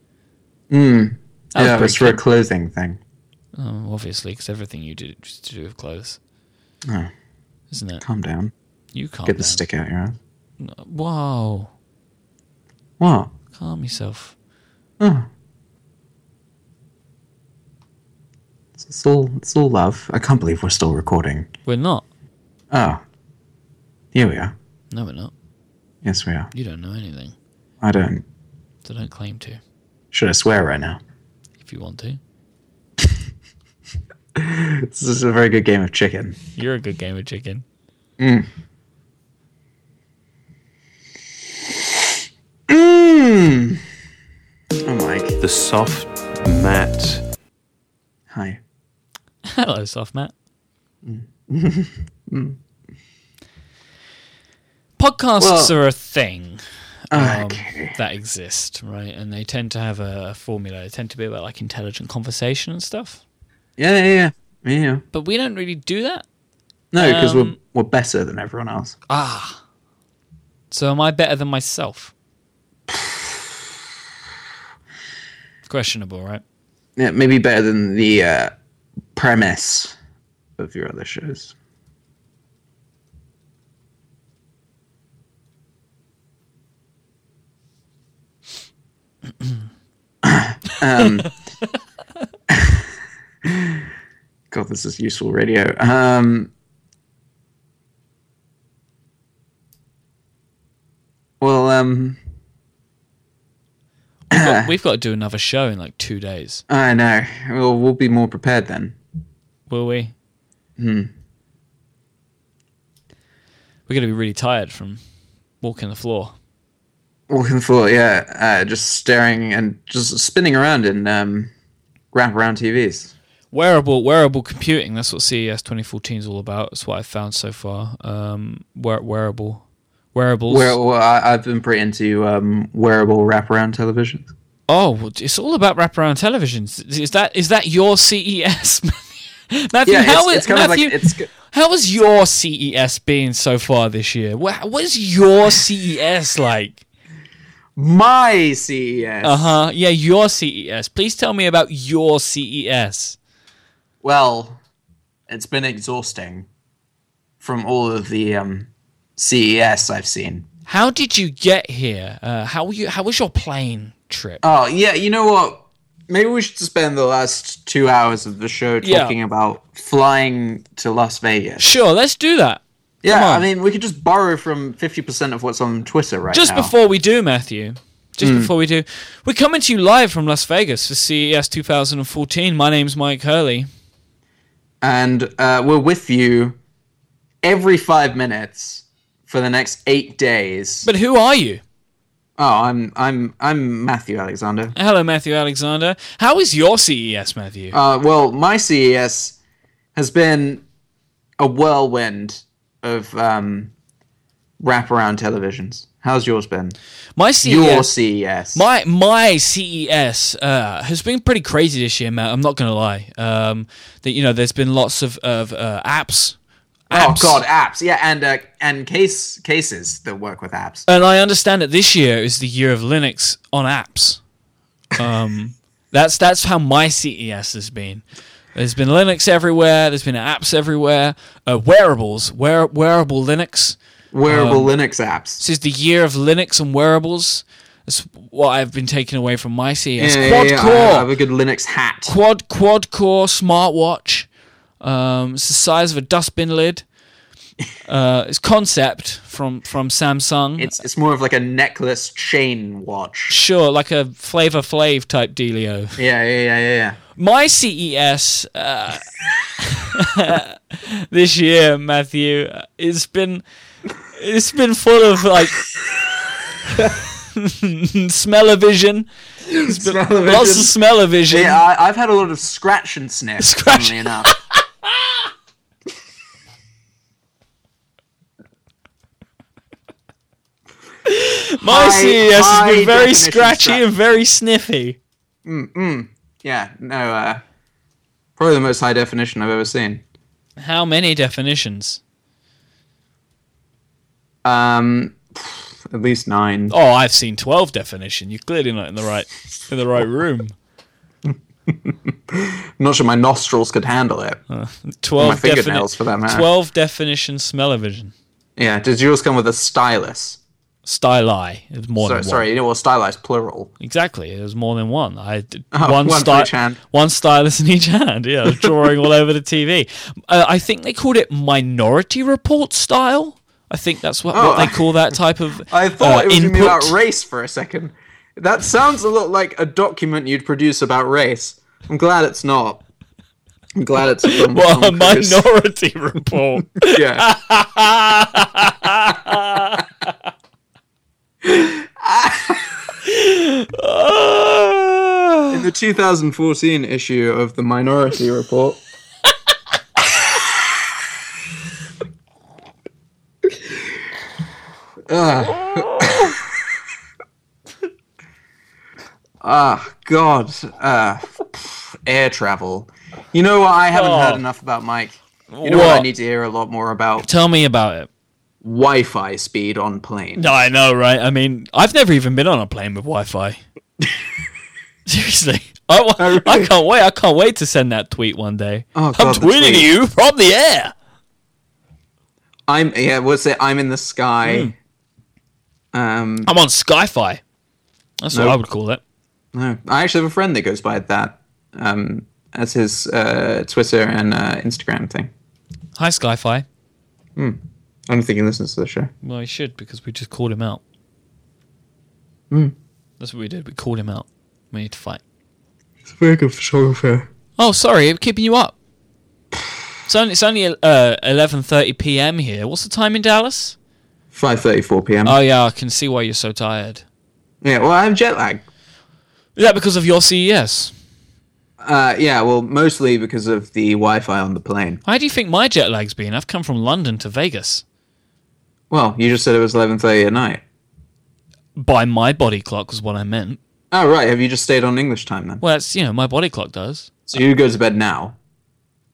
S1: That
S2: yeah,
S1: was
S2: it was for a clothing thing.
S1: Oh, obviously, because everything you did is to do with clothes,
S2: Oh,
S1: isn't it?
S2: calm down.
S1: You can't.
S2: Get the stick out your ass.
S1: Whoa,
S2: What?
S1: calm yourself.
S2: Oh. It's, it's all it's all love. I can't believe we're still recording.
S1: We're not.
S2: Oh. Here we are.
S1: No, we're not.
S2: Yes we are.
S1: You don't know anything.
S2: I don't
S1: So don't claim to,
S2: should I swear right now.
S1: if you want to.
S2: this is a very good game of chicken.
S1: You're a good gamer, chicken.
S2: Mmm. Oh, Mike.
S3: the soft mat.
S2: Hi.
S1: Hello, soft Matt.
S2: Mm.
S1: Podcasts
S2: Well-
S1: are a thing. um,
S2: Okay.
S1: that exist, right? And they tend to have a, a formula. They tend to be about like intelligent conversation and stuff.
S2: Yeah, yeah, yeah. yeah.
S1: But we don't really do that.
S2: No, because
S1: Um,
S2: we're, we're better than everyone else.
S1: Ah. So am I better than myself? Questionable, right?
S2: Yeah, maybe better than the uh, premise of your other shows. um, God, this is useful radio. Um, well, um,
S1: We've got, we've got to do another show in like two days,
S2: I know. We'll, we'll be more prepared then.
S1: will we? Hmm. We're going to be really tired from walking the floor.
S2: walking the floor, yeah, uh, just staring and just spinning around in um, wraparound TVs.
S1: wearable wearable computing that's what E ces 2014 is all about that's what i've found so far um wear, wearable wearables
S2: Where well, I, I've been pretty into um, wearable wraparound televisions.
S1: oh well, it's all about wraparound televisions is that is that your ces matthew
S2: Yeah,
S1: how is-
S2: it's, it's kind of like
S1: Matthew,
S2: it's g-
S1: how has your ces been so far this year Wha- what's your ces like
S2: my E CES.
S1: uh-huh yeah your ces please tell me about your E ces
S2: Well, it's been exhausting from all of the um, CES I've seen.
S1: how did you get here uh how were you how was your plane trip
S2: Oh yeah, you know what? Maybe we should spend the last two hours of the show
S1: Yeah.
S2: talking about flying to Las Vegas.
S1: sure let's do that Come
S2: Yeah, I
S1: on.
S2: mean, we could just borrow from 50% of what's on Twitter right
S1: just
S2: now.
S1: before we do, Matthew, just before we do, we're coming to you live from Las Vegas for E CES 2014. My name's Mike Hurley.
S2: And uh, we're with you every five minutes for the next eight days.
S1: But who are you?
S2: oh, I'm I'm I'm Matthew Alexander.
S1: Hello, Matthew Alexander. How is your CES, Matthew?
S2: Uh, well, my CES has been a whirlwind of um, wraparound televisions. How's yours been?
S1: my E CES.
S2: Your E CES.
S1: my my CES uh, has been pretty crazy this year, Matt. I'm not gonna lie. Um, that you know, there's been lots of of uh, apps.
S2: oh
S1: Apps.
S2: God, apps. Yeah, and uh, and case cases that work with apps.
S1: And I understand that this year is the year of Linux on apps. Um, that's that's how my CES has been. There's been Linux everywhere. There's been apps everywhere. Uh, wearables, wear, wearable Linux.
S2: Wearable
S1: Um,
S2: Linux apps.
S1: This is the year of Linux and wearables. That's what I've been taking away from my CES. quad
S2: I-
S1: core,
S2: I have a good Linux hat.
S1: quad quad core smartwatch. Um, it's the size of a dustbin lid. Uh, it's concept from from Samsung.
S2: It's it's more of like a necklace chain watch.
S1: Sure, like a flavor flav type dealio.
S2: Yeah, yeah, yeah, yeah. yeah.
S1: My CES uh, this year, Matthew, uh, it's been it's been full of like smell of vision,
S2: Smell-o-vision.
S1: lots of smell of vision.
S2: Yeah, I, I've had a lot of scratch and sniff.
S1: Scratch-
S2: Funnily enough.
S1: My
S2: high-
S1: CES has
S2: high
S1: been very
S2: definition
S1: scratchy
S2: scratch.
S1: and very sniffy.
S2: Yeah, no. Uh, probably the most high definition I've ever seen.
S1: How many definitions?
S2: Um, pff, at least nine.
S1: Oh, I've seen twelve definition. You're clearly not in the right in the right room.
S2: I'm not sure my nostrils could handle it.
S1: Twelve
S2: my fingernails, for that matter.
S1: Twelve definition smell of vision.
S2: Yeah. Does yours come with a stylus?
S1: Styli. It was more
S2: So,
S1: than one.
S2: sorry, well, stylus plural.
S1: Exactly, there's more than one. I d-
S2: Oh,
S1: one
S2: one for
S1: sty-
S2: each hand.
S1: one stylus in each hand. Yeah, I was drawing all over the TV. Uh, I think they called it Minority Report style. I think that's what, what
S2: Oh.
S1: they call that type of.
S2: I thought
S1: uh,
S2: it was
S1: input.
S2: gonna be about race for a second. That sounds a lot like a document you'd produce about race. I'm glad it's not. I'm glad it's from
S1: Well, a
S2: Tom Cruise.
S1: minority report.
S2: yeah. In
S1: Ah.
S2: the 2014 issue of the Minority Report. Ah. Ah, God. Uh, pff, air travel. You know what? I haven't
S1: Oh.
S2: heard enough about, Mike. You know what? I
S1: What?
S2: need to hear a lot more about?
S1: Tell me about it.
S2: Wi Fi speed on plane.
S1: No, I know, right? I mean, I've never even been on a plane with Wi-Fi. Seriously, I, wa- I can't wait. I can't wait to send that tweet one day.
S2: Oh,
S1: I'm
S2: God, the
S1: tweeting
S2: tweet.
S1: you from the air.
S2: I'm, yeah, what's it? I'm in the sky.
S1: Hmm.
S2: Um,
S1: I'm on Skyfi. That's what
S2: Nope.
S1: I would call it.
S2: No, I actually have a friend that goes by that um, as his uh, Twitter and uh, Instagram thing.
S1: Hi, Skyfi.
S2: I don't think he listens to the show.
S1: Well, he should because we just called him out.
S2: Hmm.
S1: That's what we did. We called him out. We need to fight.
S2: He's a very good photographer.
S1: Oh, sorry, I'm keeping you up. It's only it's only uh, eleven thirty p.m. here. What's the time in Dallas?
S2: Five thirty-four p.m.
S1: Oh yeah, I can see why you're so tired.
S2: yeah, well, I have jet lag.
S1: Is that because of your E CES?
S2: Uh, yeah, well, mostly because of the Wi-Fi on the plane.
S1: How do you think my jet lag's been? I've come from London to Vegas
S2: Well, you just said it was eleven thirty at night.
S1: by my body clock was what I meant.
S2: Oh, right. Have you just stayed on English time then?
S1: Well, that's you know my body clock does.
S2: So you go to bed now,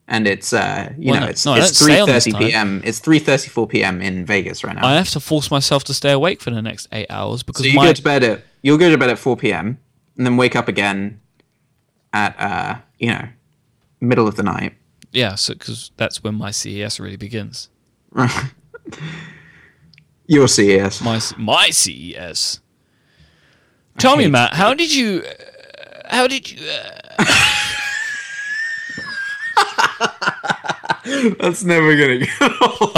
S2: and it's uh, you
S1: Well,
S2: know,
S1: no-
S2: it's
S1: no, I
S2: it's
S1: don't
S2: three
S1: stay on this
S2: thirty
S1: time.
S2: p.m. It's three thirty-four p.m. in Vegas right now.
S1: I have to force myself to stay awake for the next eight hours because
S2: Ah. So you
S1: my
S2: go to bed at you'll go to bed at four p.m. and then wake up again at uh you know middle of the night.
S1: yeah, because that's when my CES really begins.
S2: You'll see, yes.
S1: My my CES. Tell me,
S2: hate
S1: Matt, how did you? uh, how did you? Uh,
S2: That's never gonna go.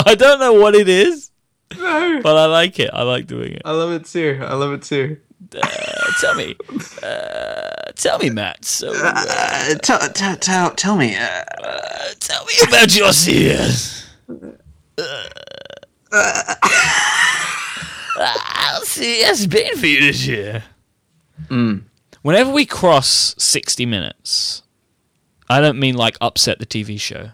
S1: I don't know what it is, but I like it. I like doing it.
S2: I love it too. I love it too.
S1: Uh, tell me, uh, tell me, Matt. So uh,
S2: Uh, tell, tell, tell, tell me. Uh,
S1: tell me about your CES. Uh, how's CES been for you this year? Whenever we cross sixty minutes, I don't mean like upset the TV show.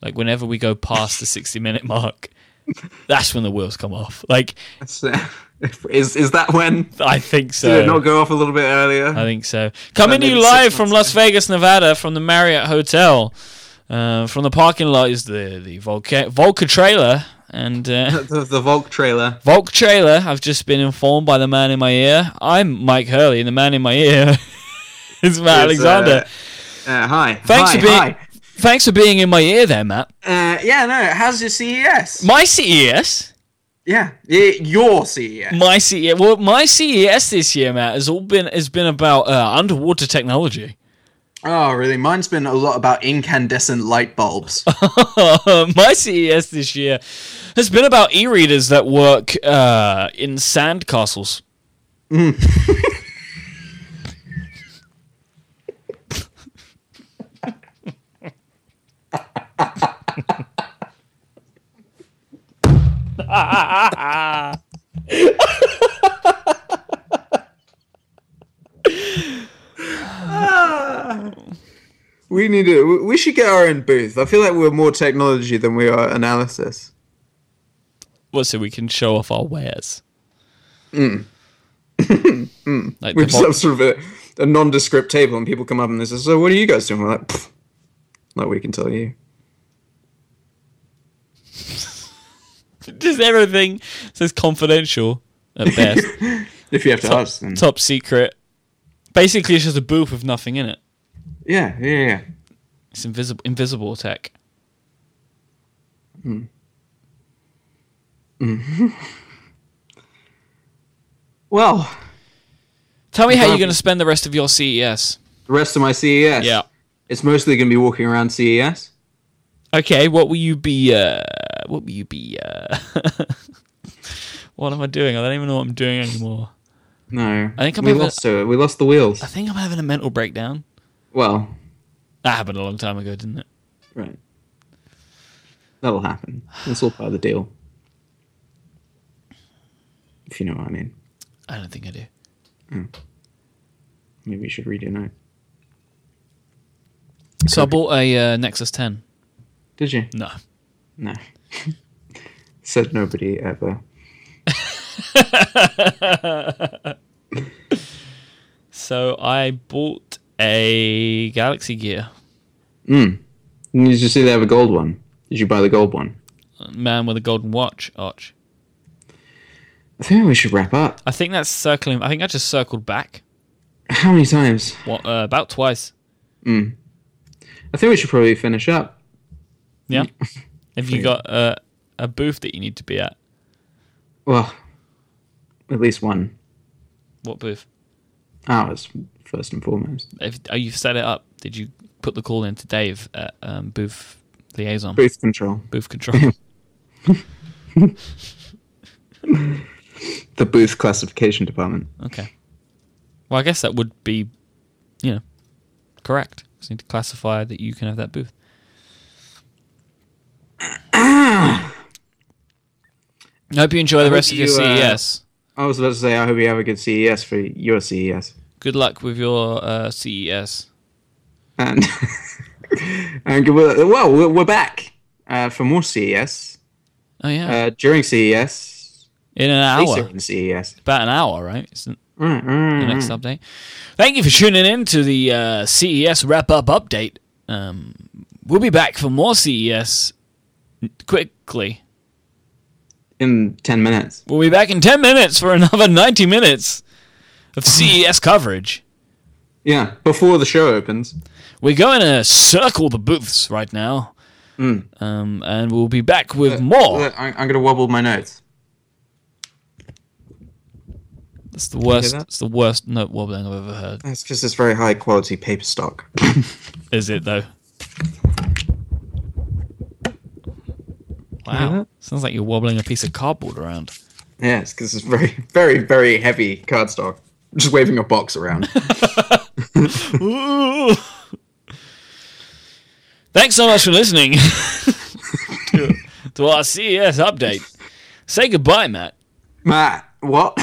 S1: Like whenever we go past the sixty-minute mark, that's when the wheels come off. Like
S2: that's, uh, is is that when? Did
S1: I think so.
S2: it not go off a little bit earlier?
S1: I think so. Coming to
S2: maybe
S1: you
S2: six
S1: live from
S2: months
S1: Las Vegas, Nevada, from the Marriott Hotel. Uh, from the parking lot is the the Volca, Volca trailer and uh,
S2: the, the Volk trailer.
S1: Volca trailer. I've just been informed by the man in my ear. I'm Mike Hurley, and the man in my ear is Matt
S2: is, uh,
S1: Alexander.
S2: Uh, hi.
S1: Thanks
S2: hi,
S1: for being
S2: hi.
S1: thanks for being in my ear, there, Matt.
S2: Uh, yeah, no. How's your CES?
S1: My CES,
S2: yeah, y- your E CES.
S1: my CES. Well, my CES this year, Matt, has all been has been about uh, underwater technology.
S2: Oh, really? Mine's been a lot about incandescent light bulbs.
S1: my CES this year has been about e-readers that work uh, in sand castles.
S2: We need to. We should get our own booth. I feel like we're more technology than we are analysis.
S1: Well, so we can show off our wares. like
S2: We
S1: the
S2: just
S1: Vol-
S2: have sort of a, a nondescript table, and people come up and they say, "So, what are you guys doing?" We're like, "Pfft, "Like we can tell you."
S1: just everything says confidential at best,
S2: If you have to ask them.
S1: top secret. Basically, it's just a booth with nothing in it.
S2: Yeah, yeah, yeah.
S1: It's invisible, invisible tech.
S2: Well,
S1: Tell me how you're
S2: Exactly.
S1: going to spend the rest of your CES.
S2: the rest of my CES.
S1: Yeah.
S2: It's mostly going to be walking around E CES.
S1: Okay, what will you be? Uh, what will you be? Uh, what am I doing? I don't even know what I'm doing anymore.
S2: No,
S1: I think I'm
S2: we
S1: having a-
S2: lost to it. We lost the wheels.
S1: I think I'm having a mental breakdown.
S2: Well,
S1: That happened a long time ago, didn't it?
S2: Right. That'll happen. That's all part of the deal. If you know what I mean.
S1: I don't think I do.
S2: Maybe you should redo now.
S1: So I bought a uh, Nexus 10.
S2: Did you?
S1: No.
S2: No. Said nobody ever.
S1: So I bought a Galaxy Gear.
S2: Hmm. Did you see they have a gold one? Did you buy the gold one?
S1: Man with a golden watch, Arch.
S2: I think we should wrap up.
S1: I think that's circling. I think I just circled back.
S2: How many times?
S1: What, uh, about twice.
S2: I think we should probably finish up.
S1: Yeah. Have you got uh, a booth that you need to be at?
S2: Well, at least one.
S1: What booth?
S2: Ours, first and foremost.
S1: If, oh, you've set it up. Did you put the call in to Dave at um, booth liaison?
S2: Booth control.
S1: Booth control.
S2: The booth classification department.
S1: okay. Well, I guess that would be, you know, correct. Just need to classify that you can have that booth. I hope you enjoy the
S2: hope
S1: rest of your E
S2: you, uh,
S1: CES.
S2: I was about to say, I hope you have a good CES for your E CES.
S1: Good luck with your uh, CES.
S2: And, and good- well, we're- we're back uh, for more CES.
S1: Oh yeah,
S2: Uh, during CES,
S1: in an
S2: Lisa
S1: hour,
S2: in E CES.
S1: about an hour, right? Isn't the next update? Thank you for tuning in to the uh, CES wrap up update. Um, we'll be back for more CES quickly.
S2: in 10 minutes.
S1: We'll be back in ten minutes for another ninety minutes of CES coverage.
S2: Yeah, before the show opens.
S1: We're going to circle the booths right now, um, and we'll be back with more.
S2: Look, I- I'm going to wobble my notes.
S1: That's the worst.
S2: that?
S1: That's the worst note wobbling I've ever heard.
S2: That's because it's very high quality paper stock.
S1: Is it though? Wow. Sounds like you're wobbling a piece of cardboard around.
S2: yes, because it's very, very, very heavy cardstock. Just waving a box around.
S1: Thanks so much for listening to, to our CES update. Say goodbye, Matt.
S2: Matt, what?